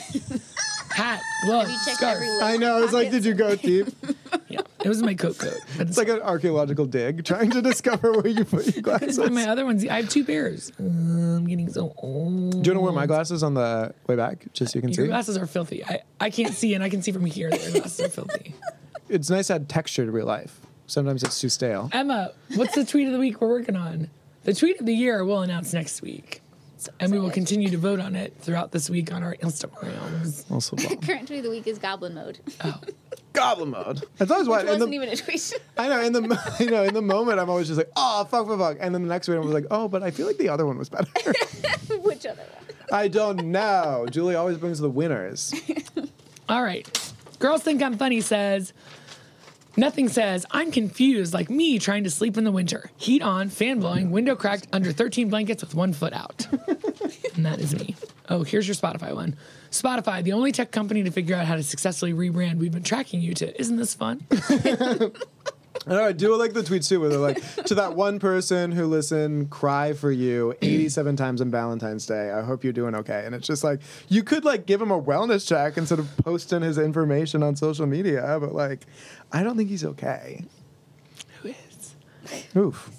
Speaker 2: hat, gloves,
Speaker 3: You checked
Speaker 2: scarf.
Speaker 3: every lid
Speaker 1: I
Speaker 3: in
Speaker 1: know.
Speaker 3: your
Speaker 1: It's like,
Speaker 3: pockets?
Speaker 1: did you go deep?
Speaker 2: yeah, it was my coat coat. But
Speaker 1: It's like an archaeological dig, trying to discover where you put your glasses. Do
Speaker 2: and my other ones, I have two pairs. Uh, I'm getting so old.
Speaker 1: you want to wear my glasses on the way back, just so you can
Speaker 2: Your
Speaker 1: see?
Speaker 2: glasses are filthy. I, I can't see, and I can see from here that your glasses are filthy.
Speaker 1: It's nice to add texture to real life. Sometimes it's too stale.
Speaker 2: Emma, what's the tweet of the week we're working on? The tweet of the year we'll announce next week. And we will continue to vote on it throughout this week on our Instagrams.
Speaker 1: Also, bomb.
Speaker 3: Current tweet of the week is Goblin Mode. It
Speaker 1: goblin mode. That's always why. in
Speaker 3: wasn't
Speaker 1: the-
Speaker 3: even a tweet.
Speaker 1: I know. In the mo- you know in the moment, I'm always just like, oh fuck, fuck, fuck, and then the next one I'm like, oh, but I feel like the other one was better.
Speaker 3: Which other one?
Speaker 1: I don't know. Julie always brings the winners.
Speaker 2: All right. Girls Think I'm Funny says, Nothing says, I'm confused like me trying to sleep in the winter. Heat on, fan blowing, window cracked, under 13 blankets with one foot out. and that is me. Oh, here's your Spotify one. Spotify, the only tech company to figure out how to successfully rebrand. We've been tracking you to. Isn't this fun?
Speaker 1: And I do like the tweets too, where they're like, to that one person who listened, cry for you 87 times on Valentine's Day. I hope you're doing okay. And it's just like, you could like give him a wellness check instead of posting his information on social media, but like, I don't think he's okay.
Speaker 2: Who is?
Speaker 1: Oof.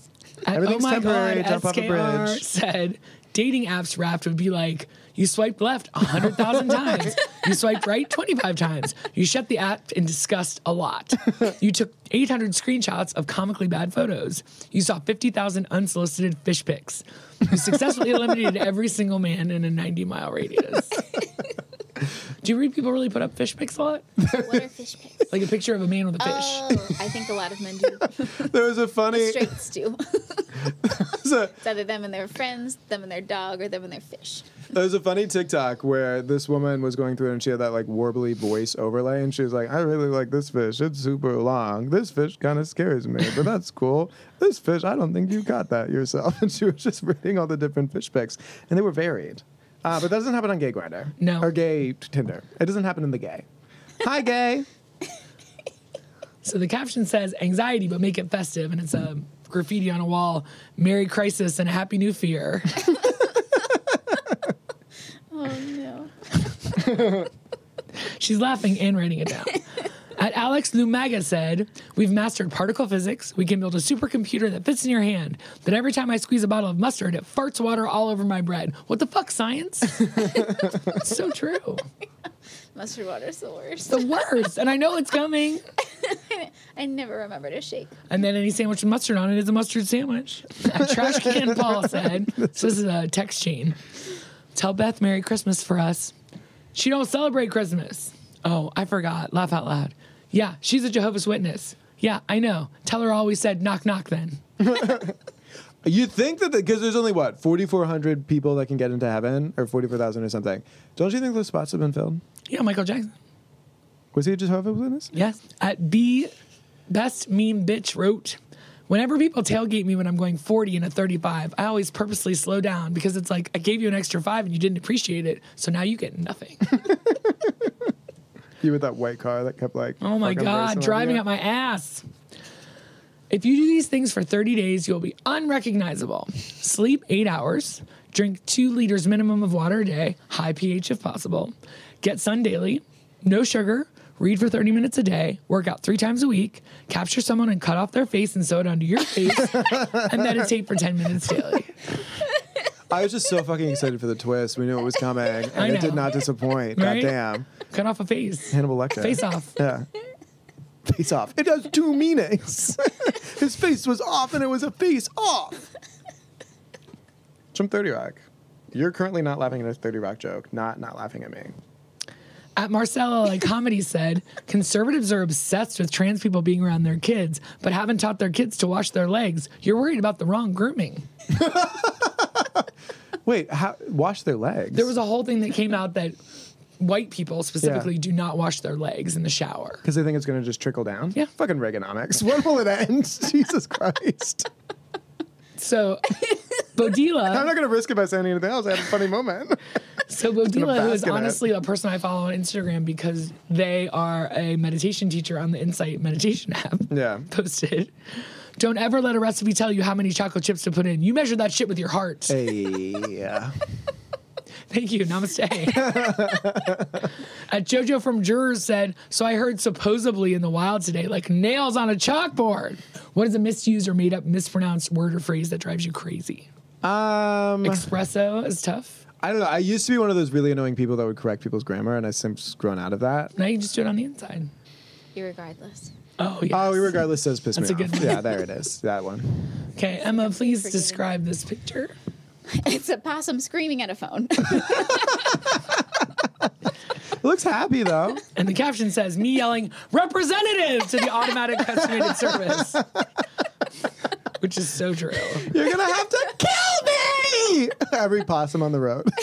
Speaker 2: At
Speaker 1: Everything's
Speaker 2: oh my
Speaker 1: temporary,
Speaker 2: God,
Speaker 1: jump off a
Speaker 2: SKR
Speaker 1: bridge.
Speaker 2: Said dating apps wrapped would be like you swiped left hundred thousand times, you swiped right twenty five times, you shut the app in disgust a lot, you took eight hundred screenshots of comically bad photos, you saw fifty thousand unsolicited fish pics, you successfully eliminated every single man in a ninety mile radius. Do you read people really put up fish pics a lot?
Speaker 3: What are fish pics?
Speaker 2: Like a picture of a man with a fish.
Speaker 3: Oh, I think a lot of men do.
Speaker 1: There was a funny,
Speaker 3: Straights do.
Speaker 1: there's a,
Speaker 3: It's either them and their friends, them and their dog, or them and their fish.
Speaker 1: there was a funny TikTok where this woman was going through and she had that like warbly voice overlay and she was like, I really like this fish. It's super long. This fish kind of scares me, but that's cool. This fish, I don't think you got that yourself. And she was just reading all the different fish pics and they were varied. Uh, but that doesn't happen on Gay Grinder.
Speaker 2: No.
Speaker 1: Or Gay Tinder. It doesn't happen in the gay. Hi, gay.
Speaker 2: So the caption says anxiety, but make it festive. And it's a graffiti on a wall Merry Crisis and a Happy New Fear.
Speaker 3: Oh no.
Speaker 2: She's laughing and writing it down. At Alex Lumaga said, We've mastered particle physics. We can build a supercomputer that fits in your hand. But every time I squeeze a bottle of mustard, it farts water all over my bread. What the fuck, science? It's so true.
Speaker 3: Mustard water's the worst.
Speaker 2: The worst. And I know it's coming.
Speaker 3: I never remember to shake.
Speaker 2: And then any sandwich with mustard on it is a mustard sandwich. A trash can Paul said. So this is a text chain. Tell Beth Merry Christmas for us. She don't celebrate Christmas. Oh, I forgot. Laugh out loud. Yeah, she's a Jehovah's Witness. Yeah, I know. Tell her I always said knock knock then.
Speaker 1: You think that because there's only what 4,400 people that can get into heaven, or 44,000 or something. Don't you think those spots have been filled?
Speaker 2: Yeah, Michael Jackson.
Speaker 1: Was he a Jehovah's Witness?
Speaker 2: Yes. At B Best Meme Bitch wrote, Whenever people tailgate me when I'm going 40 and a 35, I always purposely slow down because it's like I gave you an extra five and you didn't appreciate it, so now you get nothing.
Speaker 1: You with that white car that kept like.
Speaker 2: Oh my
Speaker 1: fucking
Speaker 2: God,
Speaker 1: racing over
Speaker 2: driving
Speaker 1: you?
Speaker 2: up my ass. If you do these things for 30 days, you'll be unrecognizable. Sleep eight hours, drink two liters minimum of water a day, high pH if possible, get sun daily, no sugar, read for 30 minutes a day, work out three times a week, capture someone and cut off their face and sew it onto your face, and meditate for 10 minutes daily.
Speaker 1: I was just so fucking excited for the twist. We knew it was coming, and
Speaker 2: I
Speaker 1: it did
Speaker 2: know.
Speaker 1: not disappoint. God
Speaker 2: Right?
Speaker 1: damn,
Speaker 2: Cut off a face.
Speaker 1: Hannibal Lecter.
Speaker 2: Face off.
Speaker 1: Yeah. Face off. It has two meanings. His face was off, and it was a face off. It's from Thirty Rock. You're currently not laughing at a Thirty Rock joke. Not not laughing at me.
Speaker 2: At Uh, Marcella, like comedy said, conservatives are obsessed with trans people being around their kids, but haven't taught their kids to wash their legs. You're worried about the wrong grooming.
Speaker 1: Wait, how, wash their legs.
Speaker 2: There was a whole thing that came out that white people specifically
Speaker 1: Yeah.
Speaker 2: do not wash their legs in the shower.
Speaker 1: Because they think it's going to just trickle down?
Speaker 2: Yeah.
Speaker 1: Fucking Reaganomics. When will it end? Jesus Christ.
Speaker 2: So
Speaker 1: I'm
Speaker 2: Bodila,
Speaker 1: not going to risk it by saying anything else. I had a funny moment.
Speaker 2: so Bodila, who is
Speaker 1: basket hat.
Speaker 2: honestly a person I follow on Instagram because they are a meditation teacher on the Insight meditation app.
Speaker 1: yeah.
Speaker 2: Posted. Don't ever let a recipe tell you how many chocolate chips to put in. You measure that shit with your heart.
Speaker 1: Hey. Yeah.
Speaker 2: Thank you. Namaste. Uh, Jojo from Jurors said, So I heard supposedly in the wild today, like nails on a chalkboard. What is a misused or made up, mispronounced word or phrase that drives you crazy?
Speaker 1: Um,
Speaker 2: Espresso is tough.
Speaker 1: I don't know. I used to be one of those really annoying people that would correct people's grammar, and I've since grown out of that.
Speaker 2: Now you just do it on the inside.
Speaker 3: Irregardless.
Speaker 2: Oh, yeah.
Speaker 1: Oh, regardless does piss
Speaker 2: That's
Speaker 1: me
Speaker 2: a good
Speaker 1: off.
Speaker 2: one.
Speaker 1: Yeah, there it is. That one.
Speaker 2: Okay, Emma, please
Speaker 3: Forgiven.
Speaker 2: describe this picture.
Speaker 3: It's a possum screaming at a phone.
Speaker 1: It looks happy though.
Speaker 2: And the caption says, Me yelling, representative to the automatic estimated service, which is so true.
Speaker 1: You're gonna have to kill me. Every possum on the road.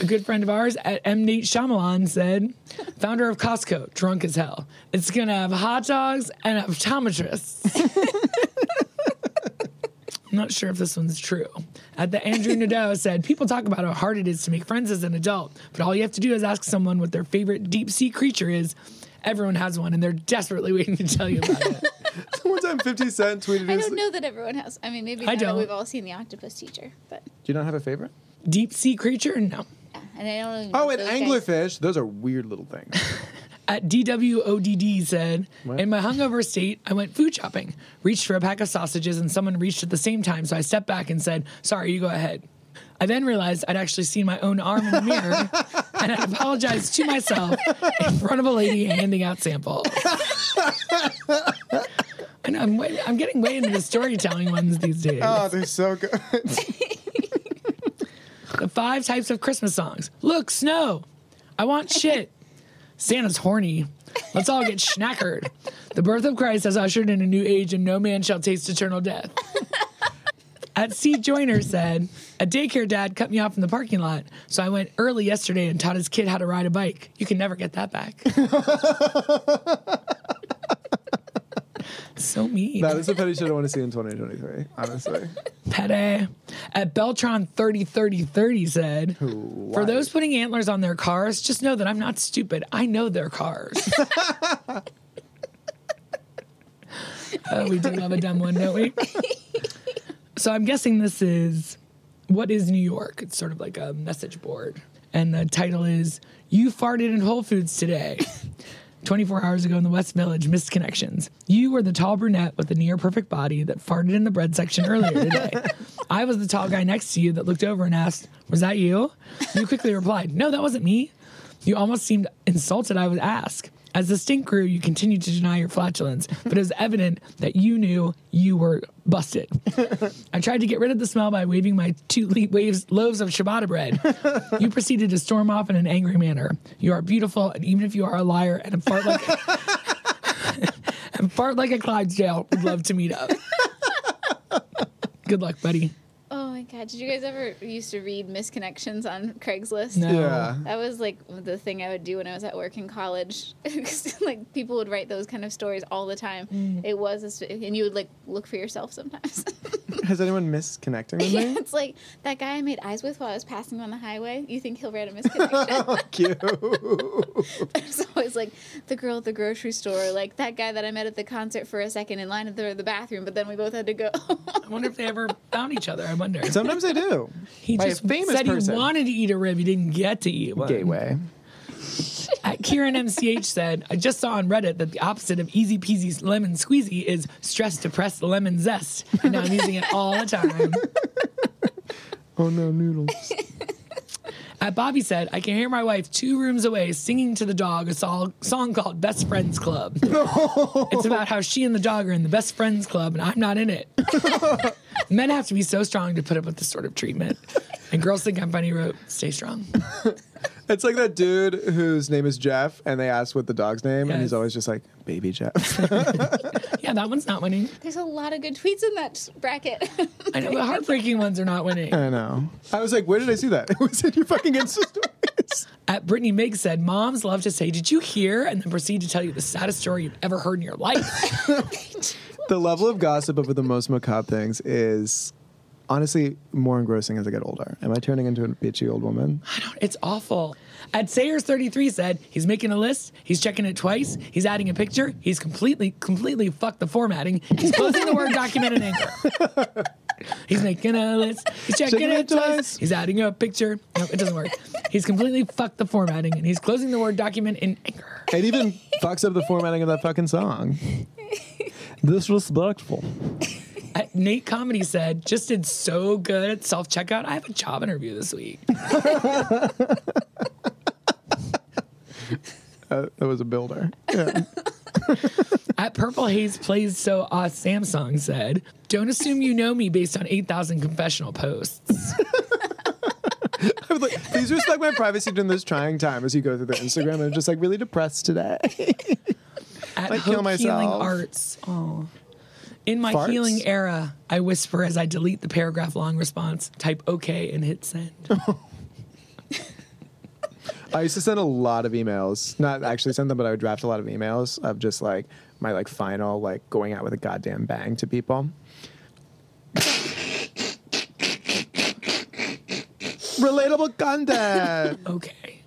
Speaker 2: A good friend of ours at M. Nate Shyamalan said, founder of Costco, drunk as hell. It's going to have hot dogs and optometrists. I'm not sure if this one's true. At the Andrew Nadeau said, people talk about how hard it is to make friends as an adult, but all you have to do is ask someone what their favorite deep sea creature is. Everyone has one, and they're desperately waiting to tell you about it.
Speaker 1: one time, Fifty Cent tweeted.
Speaker 3: I
Speaker 1: his-
Speaker 3: don't know that everyone has. I mean, maybe
Speaker 2: I
Speaker 3: now that
Speaker 2: don't.
Speaker 3: we've all seen The Octopus Teacher, but
Speaker 1: Do you not have a favorite?
Speaker 2: Deep sea creature? No.
Speaker 3: yeah. And I don't even know
Speaker 1: Oh,
Speaker 3: if
Speaker 1: and
Speaker 3: those guys-
Speaker 1: anglerfish. Those are weird little things.
Speaker 2: at DWODD said,
Speaker 1: What?
Speaker 2: In my hungover state, I went food shopping, reached for a pack of sausages, and someone reached at the same time. So I stepped back and said, Sorry, you go ahead. I then realized I'd actually seen my own arm in the mirror and I apologized to myself in front of a lady handing out samples. I know, I'm, way, I'm getting way into the storytelling ones these days.
Speaker 1: Oh, they're so good.
Speaker 2: The five types of Christmas songs. Look, snow. I want shit. Santa's horny. Let's all get schnackered. The birth of Christ has ushered in a new age and no man shall taste eternal death. At C. Joyner said, A daycare dad cut me off in the parking lot, so I went early yesterday and taught his kid how to ride a bike. You can never get that back. so mean.
Speaker 1: that is a petty shit I want to see in 2023. Honestly.
Speaker 2: Pete at Beltron 303030 said, For
Speaker 1: Why?
Speaker 2: those putting antlers on their cars, just know that I'm not stupid. I know their cars. oh, we do love a dumb one, don't we? So I'm guessing this is What is New York? It's sort of like a message board. And the title is You Farted in Whole Foods Today. 24 hours ago in the West Village, missed connections. You were the tall brunette with the near perfect body that farted in the bread section earlier today. I was the tall guy next to you that looked over and asked, Was that you? You quickly replied, No, that wasn't me. You almost seemed insulted, I would ask. As the stink grew, you continued to deny your flatulence, but it was evident that you knew you were busted. I tried to get rid of the smell by waving my two le- waves, loaves of ciabatta bread. you proceeded to storm off in an angry manner. You are beautiful, and even if you are a liar and fart like and fart like a Clydesdale, would love to meet up. Good luck, buddy.
Speaker 3: Oh my god! Did you guys ever used to read misconnections on Craigslist?
Speaker 2: No.
Speaker 1: Yeah.
Speaker 3: That was like the thing I would do when I was at work in college. 'Cause, like people would write those kind of stories all the time. It was, a, sp- and you would like look for yourself sometimes.
Speaker 1: Has anyone missed connecting with me?
Speaker 3: it's like that guy I made eyes with while I was passing on the highway. You think he'll write a misconnection?
Speaker 1: Cute.
Speaker 3: It's always like the girl at the grocery store, like that guy that I met at the concert for a second in line at the, the bathroom, but then we both had to go.
Speaker 2: I wonder if they ever found each other. I wonder.
Speaker 1: Sometimes I do.
Speaker 2: He
Speaker 1: by a
Speaker 2: just
Speaker 1: famous
Speaker 2: said
Speaker 1: person.
Speaker 2: he wanted to eat a rib. He didn't get to eat one.
Speaker 1: Gateway.
Speaker 2: At Kieran MCH said, I just saw on Reddit that the opposite of easy peasy lemon squeezy is stress depressed lemon zest. And now I'm using it all the time.
Speaker 1: Oh no, noodles.
Speaker 2: At Bobby said, I can hear my wife two rooms away singing to the dog a sol- song called Best Friends Club. It's about how she and the dog are in the Best Friends Club and I'm not in it. Men have to be so strong to put up with this sort of treatment. And Girls Think I'm Funny wrote, Stay strong.
Speaker 1: It's like that dude whose name is Jeff, and they ask what the dog's name, and
Speaker 2: Yes.
Speaker 1: he's always just like, "Baby Jeff."
Speaker 2: Yeah, that one's not winning.
Speaker 3: There's a lot of good tweets in that bracket.
Speaker 2: I know the heartbreaking ones are not winning.
Speaker 1: I know. I was like, "Where did I see that?" It was in your fucking Insta stories.
Speaker 2: At Brittany Miggs said, Moms love to say, Did you hear? And then proceed to tell you the saddest story you've ever heard in your life.
Speaker 1: the level of gossip over the most macabre things is honestly more engrossing as I get older. Am I turning into a bitchy old woman?
Speaker 2: I don't, it's awful. At Sayers33 said, He's making a list, he's checking it twice, he's adding a picture, he's completely, completely fucked the formatting, he's closing the Word document in anger. He's making a list. He's checking,
Speaker 1: Checking
Speaker 2: it
Speaker 1: it twice.
Speaker 2: twice. He's adding a picture. No, it doesn't work. He's completely fucked the formatting and he's closing the Word document in anger.
Speaker 1: It even fucks up the formatting of that fucking song. Disrespectful.
Speaker 2: Uh, Nate Comedy said, just did so good at self checkout. I have a job interview this week.
Speaker 1: Uh, that was a builder. Yeah.
Speaker 2: At Purple Haze Plays So Off Samsung said, Don't assume you know me based on 8,000 confessional posts.
Speaker 1: I was like, please respect my privacy during this trying time as you go through the Instagram. I'm just like really depressed today.
Speaker 2: At
Speaker 1: Might
Speaker 2: Hope
Speaker 1: kill
Speaker 2: Healing
Speaker 1: myself.
Speaker 2: Arts. Oh. In my
Speaker 1: Farts?
Speaker 2: healing era, I whisper as I delete the paragraph long response, type OK and hit send.
Speaker 1: I used to send a lot of emails. Not actually send them, but I would draft a lot of emails of just like my like final like going out with a goddamn bang to people. Relatable content.
Speaker 2: Okay.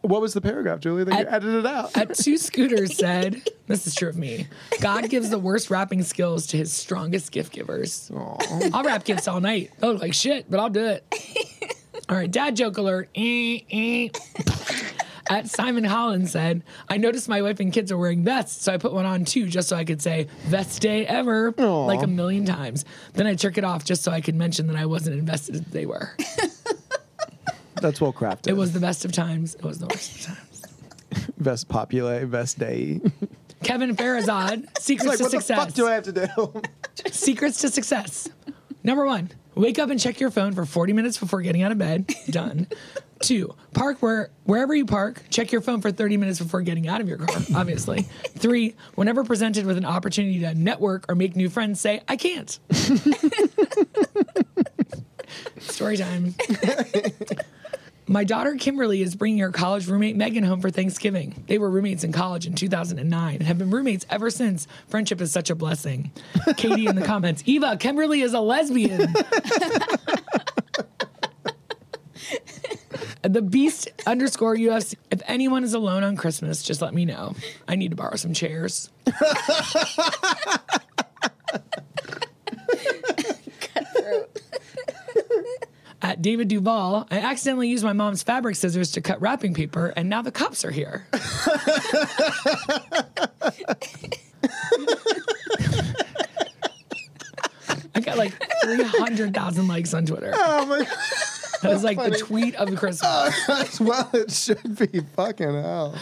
Speaker 1: what was the paragraph, Julie? That you
Speaker 2: At-
Speaker 1: edited out.
Speaker 2: At Two Scooters said, This is true of me. God gives the worst rapping skills to his strongest gift givers.
Speaker 1: Aw.
Speaker 2: I'll rap gifts all night. Oh, like shit, but I'll do it. All right, dad joke alert. Eh, eh. At Simon Holland said, I noticed my wife and kids are wearing vests, so I put one on too, just so I could say vest day ever
Speaker 1: Aw.
Speaker 2: like a million times. Then I took it off just so I could mention that I wasn't invested as they were.
Speaker 1: That's well crafted.
Speaker 2: It was the best of times. It was the worst of times.
Speaker 1: best popular, best day.
Speaker 2: Kevin Farazad, Secrets
Speaker 1: like
Speaker 2: to
Speaker 1: what the fuck
Speaker 2: Success.
Speaker 1: do I have to do?
Speaker 2: Secrets to success. Number one, wake up and check your phone for 40 minutes before getting out of bed. Done. Two, park where wherever you park, check your phone for 30 minutes before getting out of your car, obviously. Three, whenever presented with an opportunity to network or make new friends, say, I can't. Story time. My daughter Kimberly is bringing her college roommate Megan home for Thanksgiving. They were roommates in college in 2009 and have been roommates ever since. Friendship is such a blessing. Katie in the comments, Eva, Kimberly is a lesbian. the beast underscore UFC. If anyone is alone on Christmas, just let me know. I need to borrow some chairs. At David Duval, I accidentally used my mom's fabric scissors to cut wrapping paper, and now the cops are here. I got like 300,000 likes on Twitter.
Speaker 1: Oh my god.
Speaker 2: That was like the tweet of Christmas.
Speaker 1: That's well it should be fucking hell.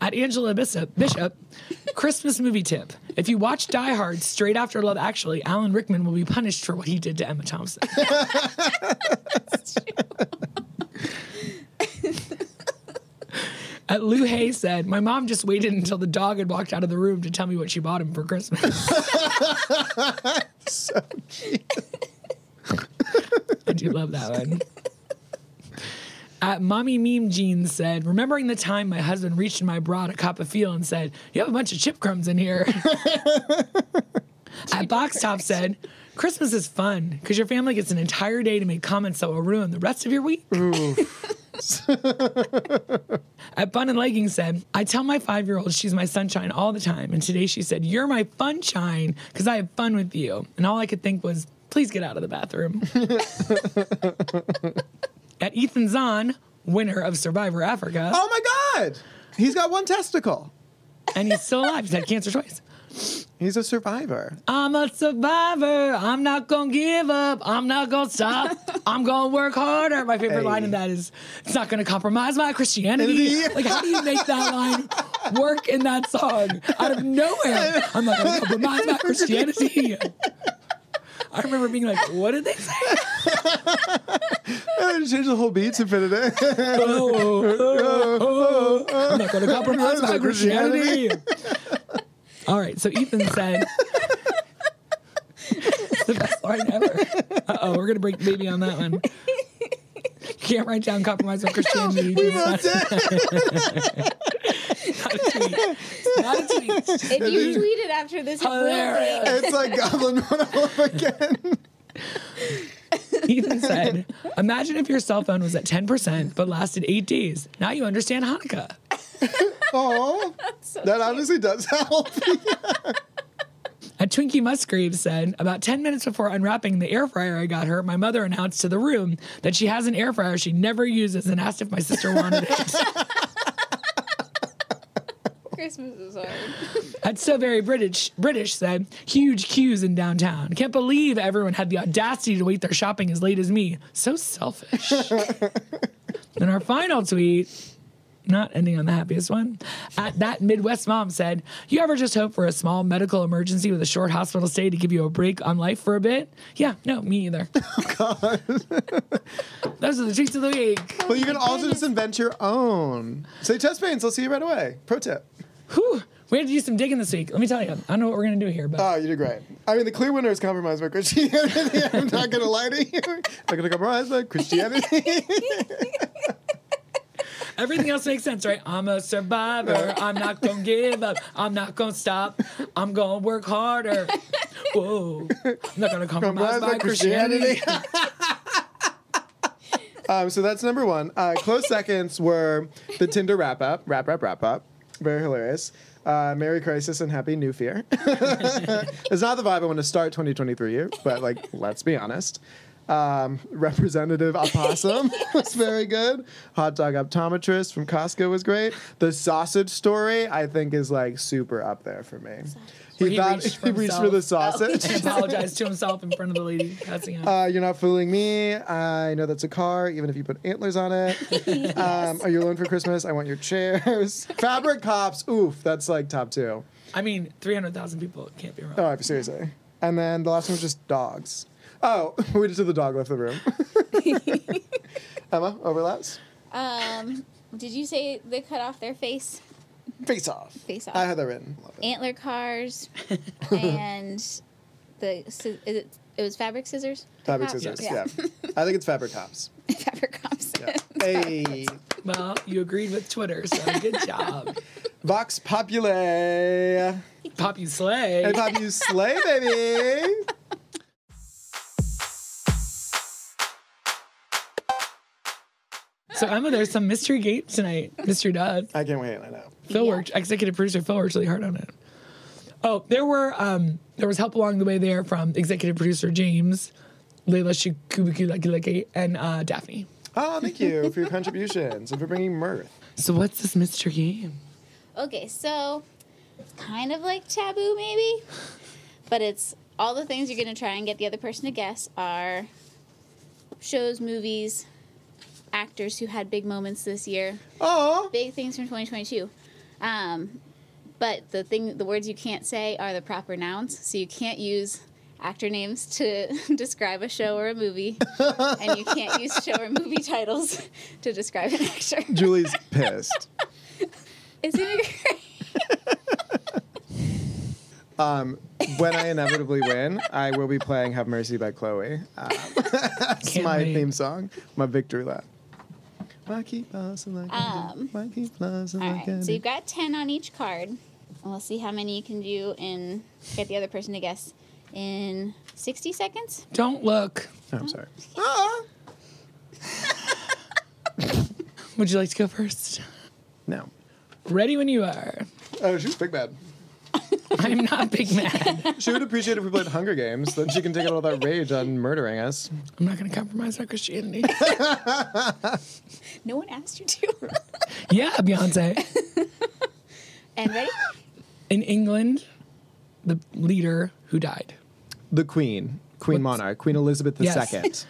Speaker 2: at Angela Bishop, Bishop, Christmas movie tip. If you watch Die Hard straight after Love Actually, Alan Rickman will be punished for what he did to Emma Thompson. At Lou Hay said, My mom just waited until the dog had walked out of the room to tell me what she bought him for Christmas. I do love that one. At Mommy Meme Jeans said, Remembering the time my husband reached in my bra to cop a feel and said, You have a bunch of chip crumbs in here. At Box Top said, Christmas is fun because your family gets an entire day to make comments that will ruin the rest of your week. At Bun and Leggings said, I tell my five year old she's my sunshine all the time. And today she said, You're my funshine because I have fun with you. And all I could think was, Please get out of the bathroom. At Ethan Zahn, winner of Survivor Africa.
Speaker 1: Oh my god. He's got one testicle.
Speaker 2: and he's still alive. He's had cancer twice.
Speaker 1: He's a survivor.
Speaker 2: I'm a survivor. I'm not gonna give up. I'm not gonna stop. I'm gonna work harder. My favorite
Speaker 1: Hey.
Speaker 2: line in that is, "It's not gonna compromise my Christianity."
Speaker 1: Indeed.
Speaker 2: like, how do you make that line work in that song out of nowhere? I'm not gonna compromise my Christianity. I remember being like, "What did they say?"
Speaker 1: I changed the whole beat to fit it in.
Speaker 2: Oh, oh, oh, oh. I'm not gonna compromise my Christianity. All right, so Ethan said. It's the best line ever. Uh oh, we're gonna break the baby on that one. You can't write down compromise my Christianity.
Speaker 1: we
Speaker 2: It's not,
Speaker 1: both did.
Speaker 2: not a tweet. It's not a tweet. It's
Speaker 3: If you tweet it after this, it will be.
Speaker 2: Hilarious.
Speaker 1: It's like Goblin all over again.
Speaker 2: Ethan said, "Imagine if your cell phone was at ten percent but lasted eight days. Now you understand Hanukkah."
Speaker 1: Oh, that honestly does help.
Speaker 2: A Twinkie Musgrave said, About 10 minutes before unwrapping the air fryer I got her, my mother announced to the room that she has an air fryer she never uses and asked if my sister wanted it.
Speaker 3: Christmas is hard.
Speaker 2: That's so very British. British said, Huge queues in downtown. Can't believe everyone had the audacity to wait their shopping as late as me. So selfish. And our final tweet, not ending on the happiest one, at that Midwest mom said, You ever just hope for a small medical emergency with a short hospital stay to give you a break on life for a bit? Yeah, no, me either. Those are the tweets of the week.
Speaker 1: But you can also just invent your own. Say chest pains. I'll see you right away. Pro tip.
Speaker 2: Whew. We had to do some digging this week. Let me tell you, I don't know what we're going to do here, but
Speaker 1: Oh, you did great. I mean, the clear winner is compromised by Christianity. I'm not going to lie to you. I'm not going to compromise by Christianity.
Speaker 2: everything else makes sense, right? I'm a survivor. I'm not going to give up. I'm not going to stop. I'm going to work harder. Whoa. I'm not going to
Speaker 1: Compromised
Speaker 2: compromise by Christianity.
Speaker 1: um, so that's number one. Uh, close seconds were the Tinder wrap up, wrap, wrap, wrap up. Very hilarious. Uh, Merry Crisis and Happy New Fear. it's not the vibe I want to start 2023 year, but like, let's be honest. Um, Representative Opossum was very good. Hot dog optometrist from Costco was great. The sausage story, I think, is like super up there for me. He,
Speaker 2: Where he
Speaker 1: thought
Speaker 2: reached for Oh.
Speaker 1: he reached for the sausage.
Speaker 2: and apologized to himself in front of the lady passing out.
Speaker 1: Uh, you're not fooling me. I know that's a car, even if you put antlers on it. um, are you alone for Christmas? I want your chairs. Fabric cops. Oof, that's like top two.
Speaker 2: I mean, 300,000 people can't be wrong.
Speaker 1: Oh, seriously. And then the last one was just dogs. Oh, we just did the dog left the room. Emma, overlaps.
Speaker 3: Um, did you say they cut off their face?
Speaker 1: Face off.
Speaker 3: Face off.
Speaker 1: I had that written. Love it.
Speaker 3: Antler cars, and the sci- is it, it was fabric scissors.
Speaker 1: Fabric
Speaker 3: Cops?
Speaker 1: scissors. Yeah. I think it's fabric cops.
Speaker 3: fabric cops.
Speaker 1: Yeah. Hey.
Speaker 2: Well, you agreed with Twitter, so good job.
Speaker 1: Vox Populi.
Speaker 2: Pop, you slay.
Speaker 1: Hey, Pop, you slay, baby.
Speaker 2: So, Emma, there's some mystery gate tonight. Mystery Dad.
Speaker 1: I can't wait. I know.
Speaker 2: Phil
Speaker 3: Yeah.
Speaker 2: worked, executive producer Phil worked really hard on it. Oh, there were um, there was help along the way there from executive producer James, Leila Shikubikulakilaki, and uh, Daphne.
Speaker 1: Oh, thank you for your contributions and for bringing mirth.
Speaker 2: So, what's this mystery game?
Speaker 3: Okay, so it's kind of like taboo, maybe, but it's all the things you're gonna try and get the other person to guess are shows, movies, actors who had big moments this year,
Speaker 1: Oh,
Speaker 3: big things from 2022. Um, but the thing, the words you can't say are the proper nouns, so you can't use actor names to describe a show or a movie, and you can't use show or movie titles to describe an actor.
Speaker 1: Julie's pissed.
Speaker 3: It's gonna be great.
Speaker 1: Um, when I inevitably win, I will be playing "Have Mercy" by Chloe. Um, that's
Speaker 2: Can't
Speaker 1: my
Speaker 2: wait.
Speaker 1: theme song, my victory lap. Why keep passing like I do?
Speaker 3: Um,
Speaker 1: Why keep passing
Speaker 3: All
Speaker 1: like I
Speaker 3: right, so
Speaker 1: do?
Speaker 3: you've got 10 on each card. And we'll see how many you can do in, get the other person to guess in 60 seconds.
Speaker 2: Don't look.
Speaker 1: Oh, I'm sorry. Ah,
Speaker 2: Would you like to go first?
Speaker 1: no.
Speaker 2: Ready when you are.
Speaker 1: Oh, she's big bad.
Speaker 2: I'm not Big Mad.
Speaker 1: She would appreciate if we played Hunger Games. Then she can take out all that rage on murdering us.
Speaker 2: I'm not going to compromise our Christianity.
Speaker 3: No one asked you to.
Speaker 2: yeah, Beyonce.
Speaker 3: and ready?
Speaker 2: In England, the leader who died.
Speaker 1: The Queen, Queen
Speaker 2: What's-
Speaker 1: Monarch, Queen Elizabeth II.
Speaker 2: Yes.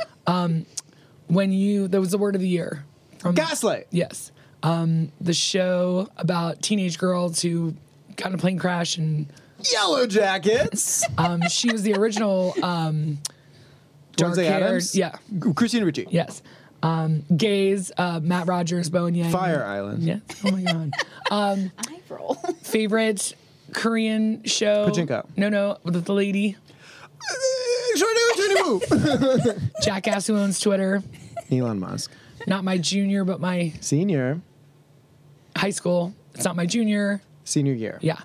Speaker 2: When you, that was the word of the year. From
Speaker 1: Gaslight.
Speaker 2: Yes. Um, the show about teenage girls who got in a plane crash and
Speaker 1: Yellow Jackets.
Speaker 2: um, she was the original um, dark
Speaker 1: Wednesday
Speaker 2: haired.
Speaker 1: Addams?
Speaker 2: Yeah.
Speaker 1: Christine Ricci.
Speaker 2: Yes. Um, gays, uh, Matt Rogers, Bowen Yang.
Speaker 1: Fire Island.
Speaker 2: Yeah. Oh my God.
Speaker 3: Eye roll.
Speaker 2: Favorite Korean show?
Speaker 1: Pachinko.
Speaker 2: No, no. With the lady. Jackass who owns Twitter.
Speaker 1: Elon Musk.
Speaker 2: Not my junior, but my
Speaker 1: Senior.
Speaker 2: high school. It's not my junior.
Speaker 1: Senior year.
Speaker 2: Yeah.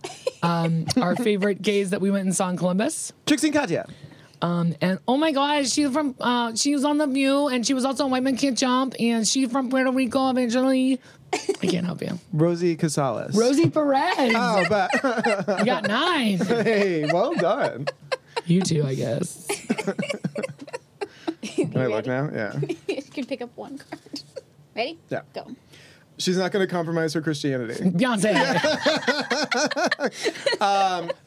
Speaker 2: Um, our favorite gays that we went and saw in Columbus.
Speaker 1: Trixie and Katya.
Speaker 2: Um, and oh my gosh, she's from uh, she was on The View, and she was also on White Men Can't Jump, and she's from Puerto Rico originally. I can't help you,
Speaker 1: Rosie Casales.
Speaker 2: Rosie Perez.
Speaker 1: Oh, but
Speaker 2: You got nine.
Speaker 1: hey, well done.
Speaker 2: You too, I guess.
Speaker 1: Can I look now? Yeah.
Speaker 3: you can pick up one card. Ready?
Speaker 1: Yeah.
Speaker 3: Go.
Speaker 1: She's not going to compromise her Christianity.
Speaker 2: Beyonce.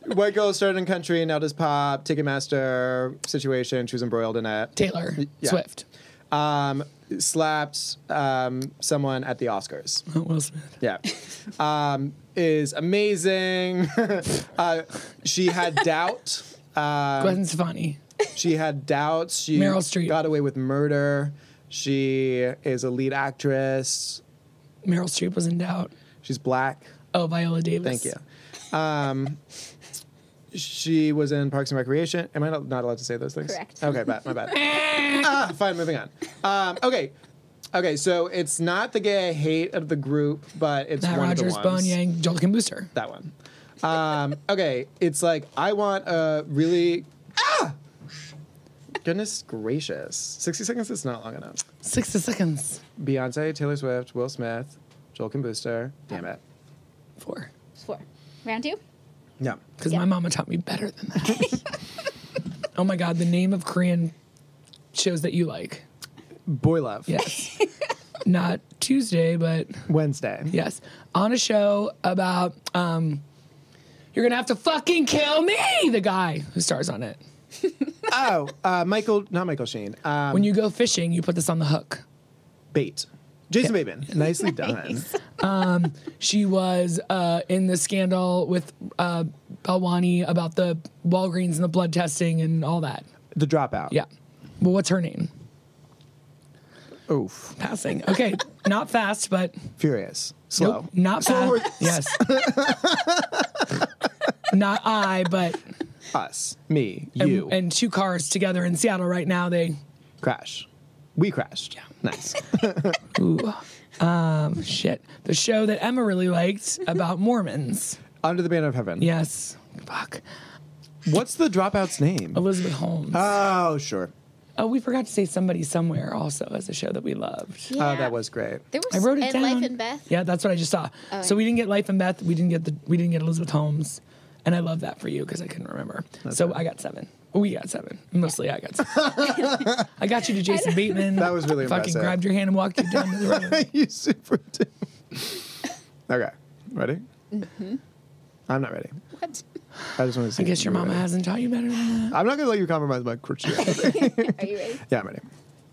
Speaker 1: White girl started in country, now does pop, Ticketmaster situation. She was embroiled in it.
Speaker 2: Taylor
Speaker 1: Yeah.
Speaker 2: Swift.
Speaker 1: Um, slapped um, someone at the Oscars.
Speaker 2: Will Smith.
Speaker 1: Yeah. Um, is amazing. uh, she had doubt. Um,
Speaker 2: Gwen Stefani.
Speaker 1: She had doubts. She
Speaker 2: Meryl Streep.
Speaker 1: got away with murder. She is a lead actress.
Speaker 2: Meryl Streep was in doubt.
Speaker 1: She's black.
Speaker 2: Oh, Viola Davis.
Speaker 1: Thank you. Um, she was in Parks and Recreation. Am I not, not allowed to say those things?
Speaker 3: Correct.
Speaker 1: Okay, bad, my bad. ah, fine, moving on. Um, okay. Okay, so it's not the gay I hate of the group, but it's
Speaker 2: Matt
Speaker 1: one
Speaker 2: Rogers,
Speaker 1: of the ones.
Speaker 2: Bone Yang, Joel Kim Booster.
Speaker 1: That one. Um, okay, it's like I want a really ah. Goodness gracious, sixty seconds is not long enough.
Speaker 2: 60 seconds.
Speaker 1: Beyonce, Taylor Swift, Will Smith, Joel Kim Booster. Damn it.
Speaker 2: Four.
Speaker 3: Four. Round two?
Speaker 1: No.
Speaker 2: Because
Speaker 3: Yeah.
Speaker 2: my mama taught me better than that. oh my God, the name of Korean shows that you like.
Speaker 1: Boy Love.
Speaker 2: Yes. Not Tuesday, but
Speaker 1: Wednesday.
Speaker 2: yes. On a show about, um, you're going to have to fucking kill me, the guy who stars on it.
Speaker 1: Oh, uh, Michael, not Michael Sheen. Um,
Speaker 2: When you go fishing, you put this on the hook.
Speaker 1: Bait. Jason Bateman. Nicely done.
Speaker 2: She was uh, in the scandal with uh, Balwani about the Walgreens and the blood testing and all that.
Speaker 1: The Dropout.
Speaker 2: Yeah. Well, what's her name?
Speaker 1: Oof.
Speaker 2: Passing. Okay, not fast, but
Speaker 1: Furious. Slow.
Speaker 2: nope, not
Speaker 1: Forward.
Speaker 2: fast. Yes. not I, but
Speaker 1: Us. Me.
Speaker 2: and,
Speaker 1: You.
Speaker 2: and two cars together in Seattle right now. They.
Speaker 1: crash. We crashed. Nice.
Speaker 2: Ooh. Um, shit. The show that Emma really liked about Mormons.
Speaker 1: Under the Banner of Heaven.
Speaker 2: Yes. Fuck.
Speaker 1: What's the dropout's name?
Speaker 2: Elizabeth Holmes.
Speaker 1: Oh, sure.
Speaker 2: Oh, we forgot to say somebody somewhere also as a show that we loved.
Speaker 1: Oh, that was great.
Speaker 3: There was
Speaker 2: I wrote it
Speaker 3: and
Speaker 2: down.
Speaker 3: Life and Beth. Oh,
Speaker 2: Yeah, that's what I just saw. so we didn't get Life and Beth. We didn't get the. We didn't get Elizabeth Holmes, and I love that for you because I couldn't remember. so I got seven. We got seven. Mostly I got. Seven. I got you to Jason Bateman.
Speaker 1: That was really
Speaker 2: fucking
Speaker 1: impressive.
Speaker 2: grabbed your hand and walked you down to the road.
Speaker 1: you super do. Okay, ready? Mm-hmm. I'm not ready.
Speaker 3: What?
Speaker 1: I just want to see.
Speaker 2: I guess your mama
Speaker 1: has.
Speaker 2: hasn't taught you better than that.
Speaker 1: I'm not gonna let you compromise my Christianity.
Speaker 3: Are you ready?
Speaker 1: yeah, I'm ready.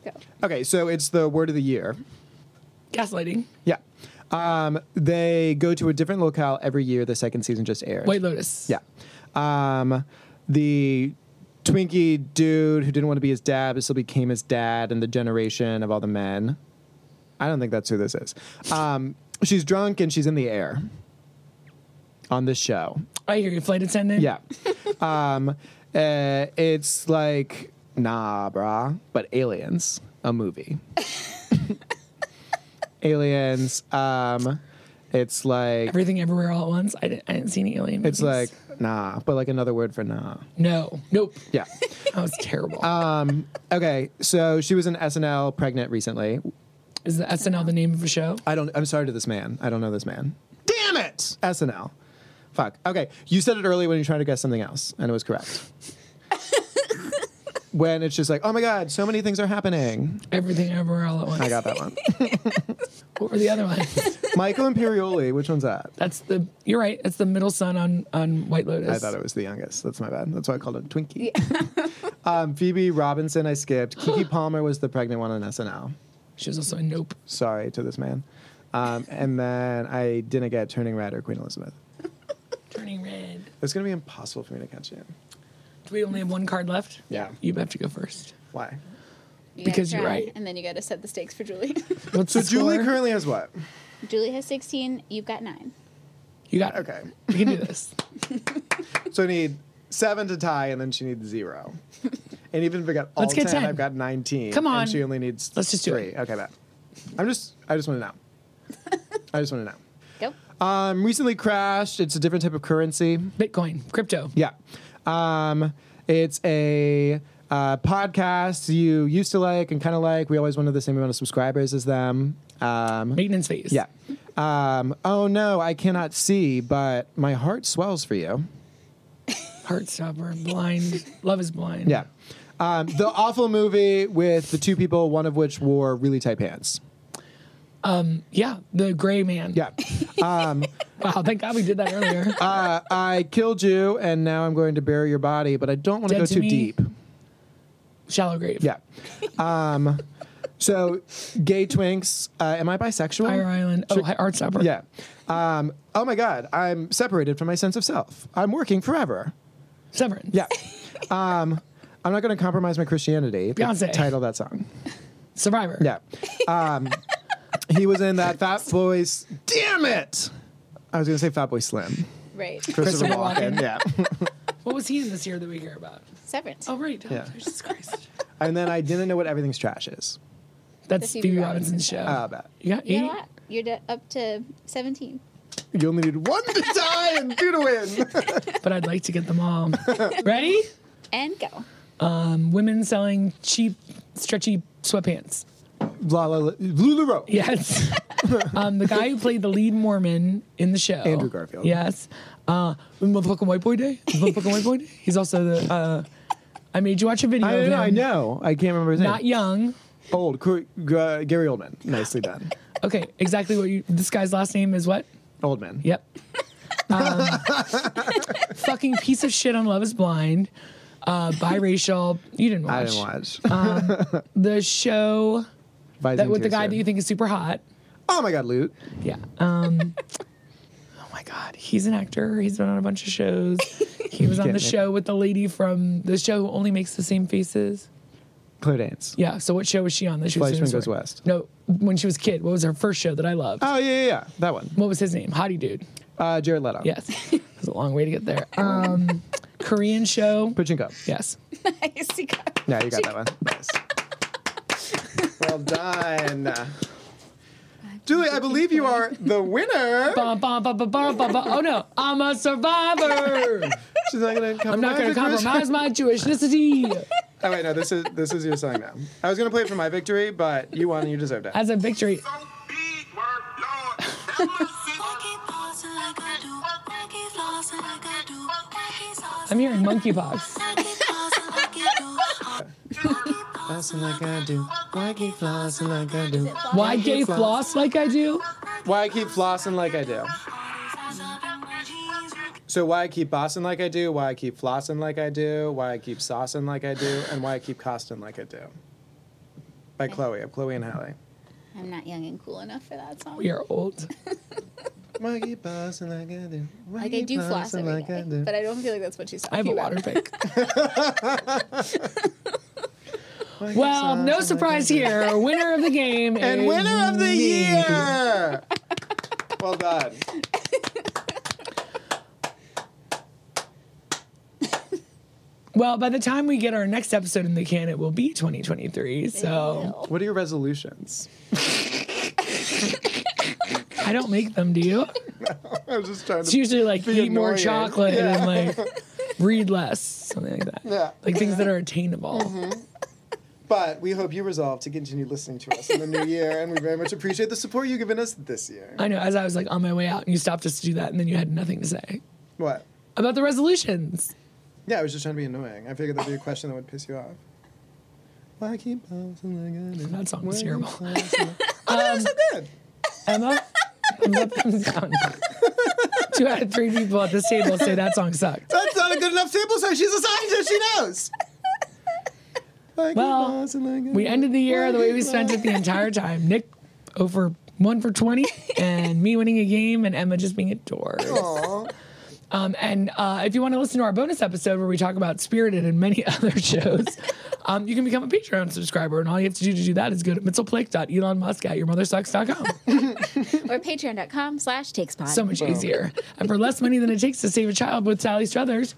Speaker 3: Go.
Speaker 1: Okay, so it's the word of the year.
Speaker 2: Gaslighting.
Speaker 1: Yeah. Um, they go to a different locale every year. The second season just aired.
Speaker 2: White Lotus.
Speaker 1: Yeah. Um, the Twinkie dude who didn't want to be his dad but still became his dad and the generation of all the men. I don't think that's who this is. Um, she's drunk and she's in the air on this show.
Speaker 2: I hear you, flight attendant.
Speaker 1: Yeah. um, uh, it's like, nah, brah, but Aliens, a movie. aliens, um, it's like,
Speaker 2: Everything, everywhere, all at once. I didn't. I didn't see any alien.
Speaker 1: it's like,
Speaker 2: movies.
Speaker 1: nah, but like another word for nah.
Speaker 2: no, nope.
Speaker 1: Yeah.
Speaker 2: That was terrible.
Speaker 1: Um, okay, so she was in SNL pregnant recently.
Speaker 2: Is the SNL the name of a show?
Speaker 1: I don't I'm sorry to this man. I don't know this man. Damn it! SNL. Fuck. Okay. You said it earlier when you tried to guess something else, and it was correct. when it's just like, oh my god, so many things are happening.
Speaker 2: Everything, everywhere, all at once.
Speaker 1: I got that one.
Speaker 2: What were the other ones?
Speaker 1: Michael Imperioli, which one's that?
Speaker 2: That's the. You're right. It's the middle son on on White Lotus.
Speaker 1: I thought it was the youngest. That's my bad. That's why I called it Twinkie. um, Phoebe Robinson, I skipped. Kiki Palmer was the pregnant one on SNL.
Speaker 2: She was also in Nope.
Speaker 1: Sorry to this man. Um, and then I didn't get Turning Red or Queen Elizabeth.
Speaker 2: Turning red.
Speaker 1: It's gonna be impossible for me to catch you.
Speaker 2: Do we only have one card left?
Speaker 1: Yeah.
Speaker 2: You have to go first.
Speaker 1: Why?
Speaker 3: You gotta
Speaker 2: Because you're
Speaker 3: try,
Speaker 2: right.
Speaker 3: And then you got to set the stakes for Julie.
Speaker 2: What's
Speaker 1: So
Speaker 2: the
Speaker 1: Julie
Speaker 2: score?
Speaker 1: currently has what?
Speaker 3: Julie has 16. You've got nine.
Speaker 2: You got. It.
Speaker 1: Okay.
Speaker 2: You can do this.
Speaker 1: So I need seven to tie, and then she needs zero. And even if I got all
Speaker 2: Let's get 10.
Speaker 1: I've got nineteen.
Speaker 2: Come on.
Speaker 1: And she only needs.
Speaker 2: Let's just do
Speaker 1: three.
Speaker 2: it.
Speaker 1: Okay, bet. I'm just. I just want to know. I just want to know.
Speaker 3: Go.
Speaker 2: Uh,
Speaker 1: Um, recently crashed. It's a different type of currency.
Speaker 2: Bitcoin, crypto.
Speaker 1: Yeah. Um, It's a uh, podcast you used to like and kind of like. We always wanted the same amount of subscribers as them. Um,
Speaker 2: Maintenance phase.
Speaker 1: yeah. Um, oh no, I cannot see, but my heart swells for you.
Speaker 2: Heartstopper, blind. Love is blind.
Speaker 1: Yeah. Um, the awful movie with the two people, one of which wore really tight pants.
Speaker 2: Yeah. The gray man.
Speaker 1: Yeah.
Speaker 2: Wow. Thank God we did that earlier.
Speaker 1: Uh, I killed you, and now I'm going to bury your body, but I don't want to
Speaker 2: Dead
Speaker 1: go
Speaker 2: to
Speaker 1: too
Speaker 2: me.
Speaker 1: deep.
Speaker 2: Shallow grave.
Speaker 1: Yeah. Um, so, gay twinks. Uh, am I bisexual?
Speaker 2: Fire Island. Oh, hi- Heartstopper.
Speaker 1: Yeah. Um, oh my God, I'm separated from my sense of self. I'm working forever.
Speaker 2: Severance.
Speaker 1: Yeah. Um, I'm not going to compromise my Christianity.
Speaker 2: Beyonce.
Speaker 1: Title that song.
Speaker 2: Survivor.
Speaker 1: Yeah. Um, he was in that Fat Boys. Damn it! I was going to say Fat Boy Slim.
Speaker 3: Right.
Speaker 1: Christopher
Speaker 2: Christopher
Speaker 1: Walken.
Speaker 2: Walken.
Speaker 1: Yeah.
Speaker 2: What was he in this year that we hear about?
Speaker 3: Severance.
Speaker 2: Oh, right. Oh,
Speaker 1: Yeah.
Speaker 2: Jesus Christ.
Speaker 1: and then I didn't know what everything's trash is. Uh,
Speaker 2: That's
Speaker 3: Phoebe
Speaker 2: Phoebe
Speaker 3: Robinson's
Speaker 2: Robinson's show.
Speaker 1: How about?
Speaker 2: you got
Speaker 3: You
Speaker 2: eight?
Speaker 3: know what? You're d- up to 17.
Speaker 1: You only need one to die and two to win.
Speaker 2: but I'd like to get them all. Ready?
Speaker 3: And go.
Speaker 2: Um, women selling cheap, stretchy sweatpants.
Speaker 1: La la la. LuLaRoe.
Speaker 2: Yes. um, the guy who played the lead Mormon in the show.
Speaker 1: Andrew Garfield.
Speaker 2: Yes. Uh, motherfucking White Boy Day. Motherfucking White Boy Day. He's also the. Uh, I made you watch a video.
Speaker 1: I
Speaker 2: of
Speaker 1: don't
Speaker 2: him.
Speaker 1: know. I know. I can't remember his name.
Speaker 2: Not young.
Speaker 1: Old. Cr- Gr- Gary Oldman. Nicely done.
Speaker 2: Okay, exactly what you. This guy's last name is what?
Speaker 1: Oldman.
Speaker 2: Yep. Um, fucking piece of shit on Love is Blind. Uh, biracial. You didn't watch.
Speaker 1: I didn't watch.
Speaker 2: The show Uh, that with the guy that you
Speaker 1: think.
Speaker 2: think is super hot.
Speaker 1: Oh my God, Luke.
Speaker 2: Yeah. Um, oh my God, he's an actor. He's been on a bunch of shows. He was on
Speaker 1: Kidding.
Speaker 2: the show with the lady from the show who only makes the same faces.
Speaker 1: Claire Danes.
Speaker 2: Yeah. So what show was she on? That she
Speaker 1: Flight
Speaker 2: was doing
Speaker 1: Swing
Speaker 2: this
Speaker 1: Goes
Speaker 2: work?
Speaker 1: West.
Speaker 2: No, when she was a kid. What was her first show that I loved?
Speaker 1: Oh yeah, yeah, yeah. That one.
Speaker 2: what was his name? Hottie dude.
Speaker 1: Uh, Jared Leto.
Speaker 2: Yes. It was a long way to get there. Um, Korean show.
Speaker 1: Pachinko.
Speaker 2: Yes.
Speaker 3: I see.
Speaker 1: Yeah, you got that one. Nice. well done. Julie, I believe you are the winner.
Speaker 2: Bum, bum, bum, bum, bum, bum, bum. Oh no, I'm a survivor.
Speaker 1: She's not gonna compromise.
Speaker 2: I'm not going
Speaker 1: her
Speaker 2: to
Speaker 1: Christian-
Speaker 2: compromise my Jewish ethnicity.
Speaker 1: Oh wait, no, this is this is your song now. I was gonna play it for my victory, but you won and you deserved it.
Speaker 2: As a victory. I'm
Speaker 4: I'm
Speaker 2: hearing monkeypox.
Speaker 1: Flossing like I do. Why keep flossing like I do?
Speaker 2: Why gay floss like I do?
Speaker 1: Why keep flossing like I do? So why I keep bossing like I do, why I keep flossing like I do, why I keep saucing like I do, and why I keep costing like I do. By Chloe, of Chloe and Halle.
Speaker 3: I'm not young and cool enough for that song.
Speaker 2: We are old.
Speaker 1: Why I keep bossing like I do. Why
Speaker 3: Like I
Speaker 1: keep
Speaker 3: do floss
Speaker 1: bossing
Speaker 3: every
Speaker 1: like
Speaker 3: day,
Speaker 1: I do.
Speaker 3: but I don't feel like that's what she's
Speaker 2: I
Speaker 3: talking
Speaker 2: have a
Speaker 3: about.
Speaker 2: water pick.
Speaker 1: Why I keep
Speaker 2: Well,
Speaker 1: saucing
Speaker 2: no
Speaker 1: uh, like
Speaker 2: surprise
Speaker 1: I do.
Speaker 2: here. Winner of the game
Speaker 1: And
Speaker 2: is
Speaker 1: winner of the
Speaker 2: me.
Speaker 1: year. well done.
Speaker 2: Well, by the time we get our next episode in the can, it will be 2023. So
Speaker 1: What are your resolutions?
Speaker 2: I don't make them. Do you?
Speaker 1: I was just trying
Speaker 2: It's
Speaker 1: to.
Speaker 2: usually like
Speaker 1: Be
Speaker 2: eat more
Speaker 1: annoying.
Speaker 2: chocolate and like read less, something like that.
Speaker 1: Yeah.
Speaker 2: Like things that are attainable.
Speaker 1: Mm-hmm. But we hope you resolve to continue listening to us in the new year, and we very much appreciate the support you've given us this year.
Speaker 2: I know. As I was like on my way out, and you stopped us to do that, and then you had nothing to say
Speaker 1: What?
Speaker 2: about the resolutions.
Speaker 1: Yeah, I was just trying to be annoying. I figured that'd be a question that would piss you off. Why keep bouncing like I do?
Speaker 2: That song
Speaker 1: Why
Speaker 2: was
Speaker 1: keep
Speaker 2: terrible.
Speaker 1: bouncing like- oh, that was so good.
Speaker 2: Emma, let them down. Two out of three people at this table say that song sucked.
Speaker 1: That's not a good enough sample, so she's a scientist. She knows. Why keep
Speaker 2: Well,
Speaker 1: bouncing like I
Speaker 2: We
Speaker 1: do?
Speaker 2: ended the year the way we spent it the entire time. Nick over one for 20, and me winning a game, and Emma just being a dork.
Speaker 1: Aw.
Speaker 2: Um, and uh, if you want to listen to our bonus episode where we talk about Spirited and many other shows, um, you can become a Patreon subscriber. And all you have to do to do that is go to mitzelplick.elonmusk at yourmothersucks.com.
Speaker 3: Or patreon.com slash takespot.
Speaker 2: so much easier. And for less money than it takes to save a child with Sally Struthers,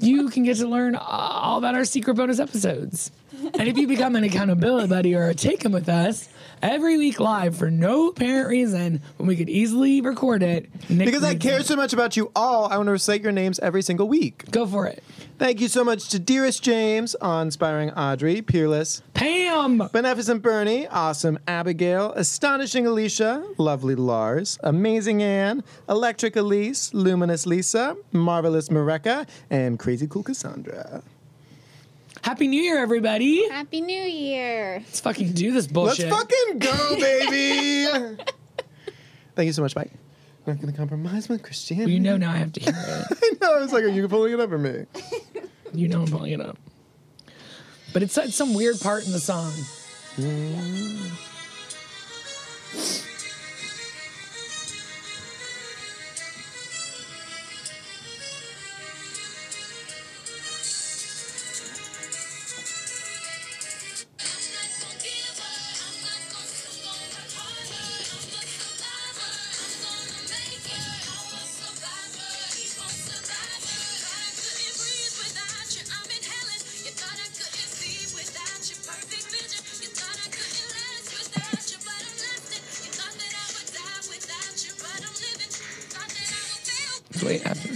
Speaker 2: you can get to learn uh, all about our secret bonus episodes. And if you become an accountability buddy or a take 'em with us, every week live for no apparent reason when we could easily record it. Nick
Speaker 1: Because I
Speaker 2: reads
Speaker 1: care
Speaker 2: it.
Speaker 1: so much about you all, I want to recite your names every single week.
Speaker 2: Go for it.
Speaker 1: Thank you so much to Dearest James, Awe Inspiring Audrey, Peerless,
Speaker 2: Pam!
Speaker 1: Beneficent Bernie, Awesome Abigail, Astonishing Alicia, Lovely Lars, Amazing Anne, Electric Elise, Luminous Lisa, Marvelous Mareka, and Crazy Cool Cassandra.
Speaker 2: Happy New Year, everybody!
Speaker 3: Happy New Year.
Speaker 2: Let's fucking do this
Speaker 1: Let's
Speaker 2: bullshit.
Speaker 1: fucking go, baby! Thank you so much, Mike. Not gonna compromise my Christianity.
Speaker 2: you know now I have to hear it.
Speaker 1: I know. I was like, are you pulling it up or me?
Speaker 2: You know I'm pulling it up. But it's at some weird part in the song. Wait, after.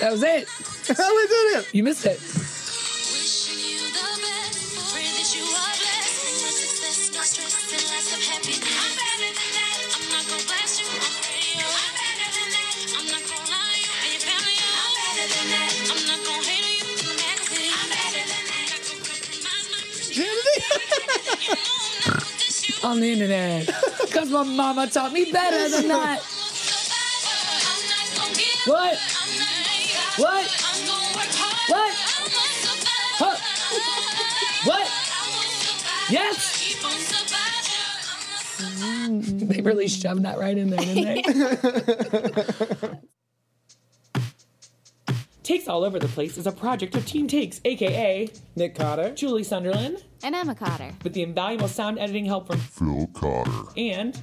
Speaker 2: That was it.
Speaker 1: How we doing it?
Speaker 2: You missed it.
Speaker 4: Wishing you the best. Pray that you are blessed. Much success, no stress, and lots of happiness. I'm better than that. I'm not gonna blast you on radio. I'm better than that. I'm not gonna lie you and your family. I'm better than that. I'm not gonna hate you in the magazine. I'm better than that. Not gonna compromise my Christianity. You know I'm not gonna diss you.
Speaker 2: On the internet. Because my mama taught me better than that.
Speaker 4: I'm a survivor. I'm not gonna give up.
Speaker 2: What?
Speaker 4: I'm not a hater.
Speaker 2: What?
Speaker 4: I'm gonna work hard.
Speaker 2: What?
Speaker 4: I'm a
Speaker 2: Huh.
Speaker 4: survivor.
Speaker 2: What?
Speaker 4: I'm a survivor.
Speaker 2: Yes!
Speaker 4: Keep on surviving. I'm a
Speaker 2: They really shoved that right in there, didn't they? Takes All Over the Place is a project of Team Takes, aka
Speaker 1: Nick Cotter.
Speaker 2: Julie Sunderland,
Speaker 3: And I'm a cotter.
Speaker 2: with the invaluable sound editing help from
Speaker 5: Phil Cotter.
Speaker 2: and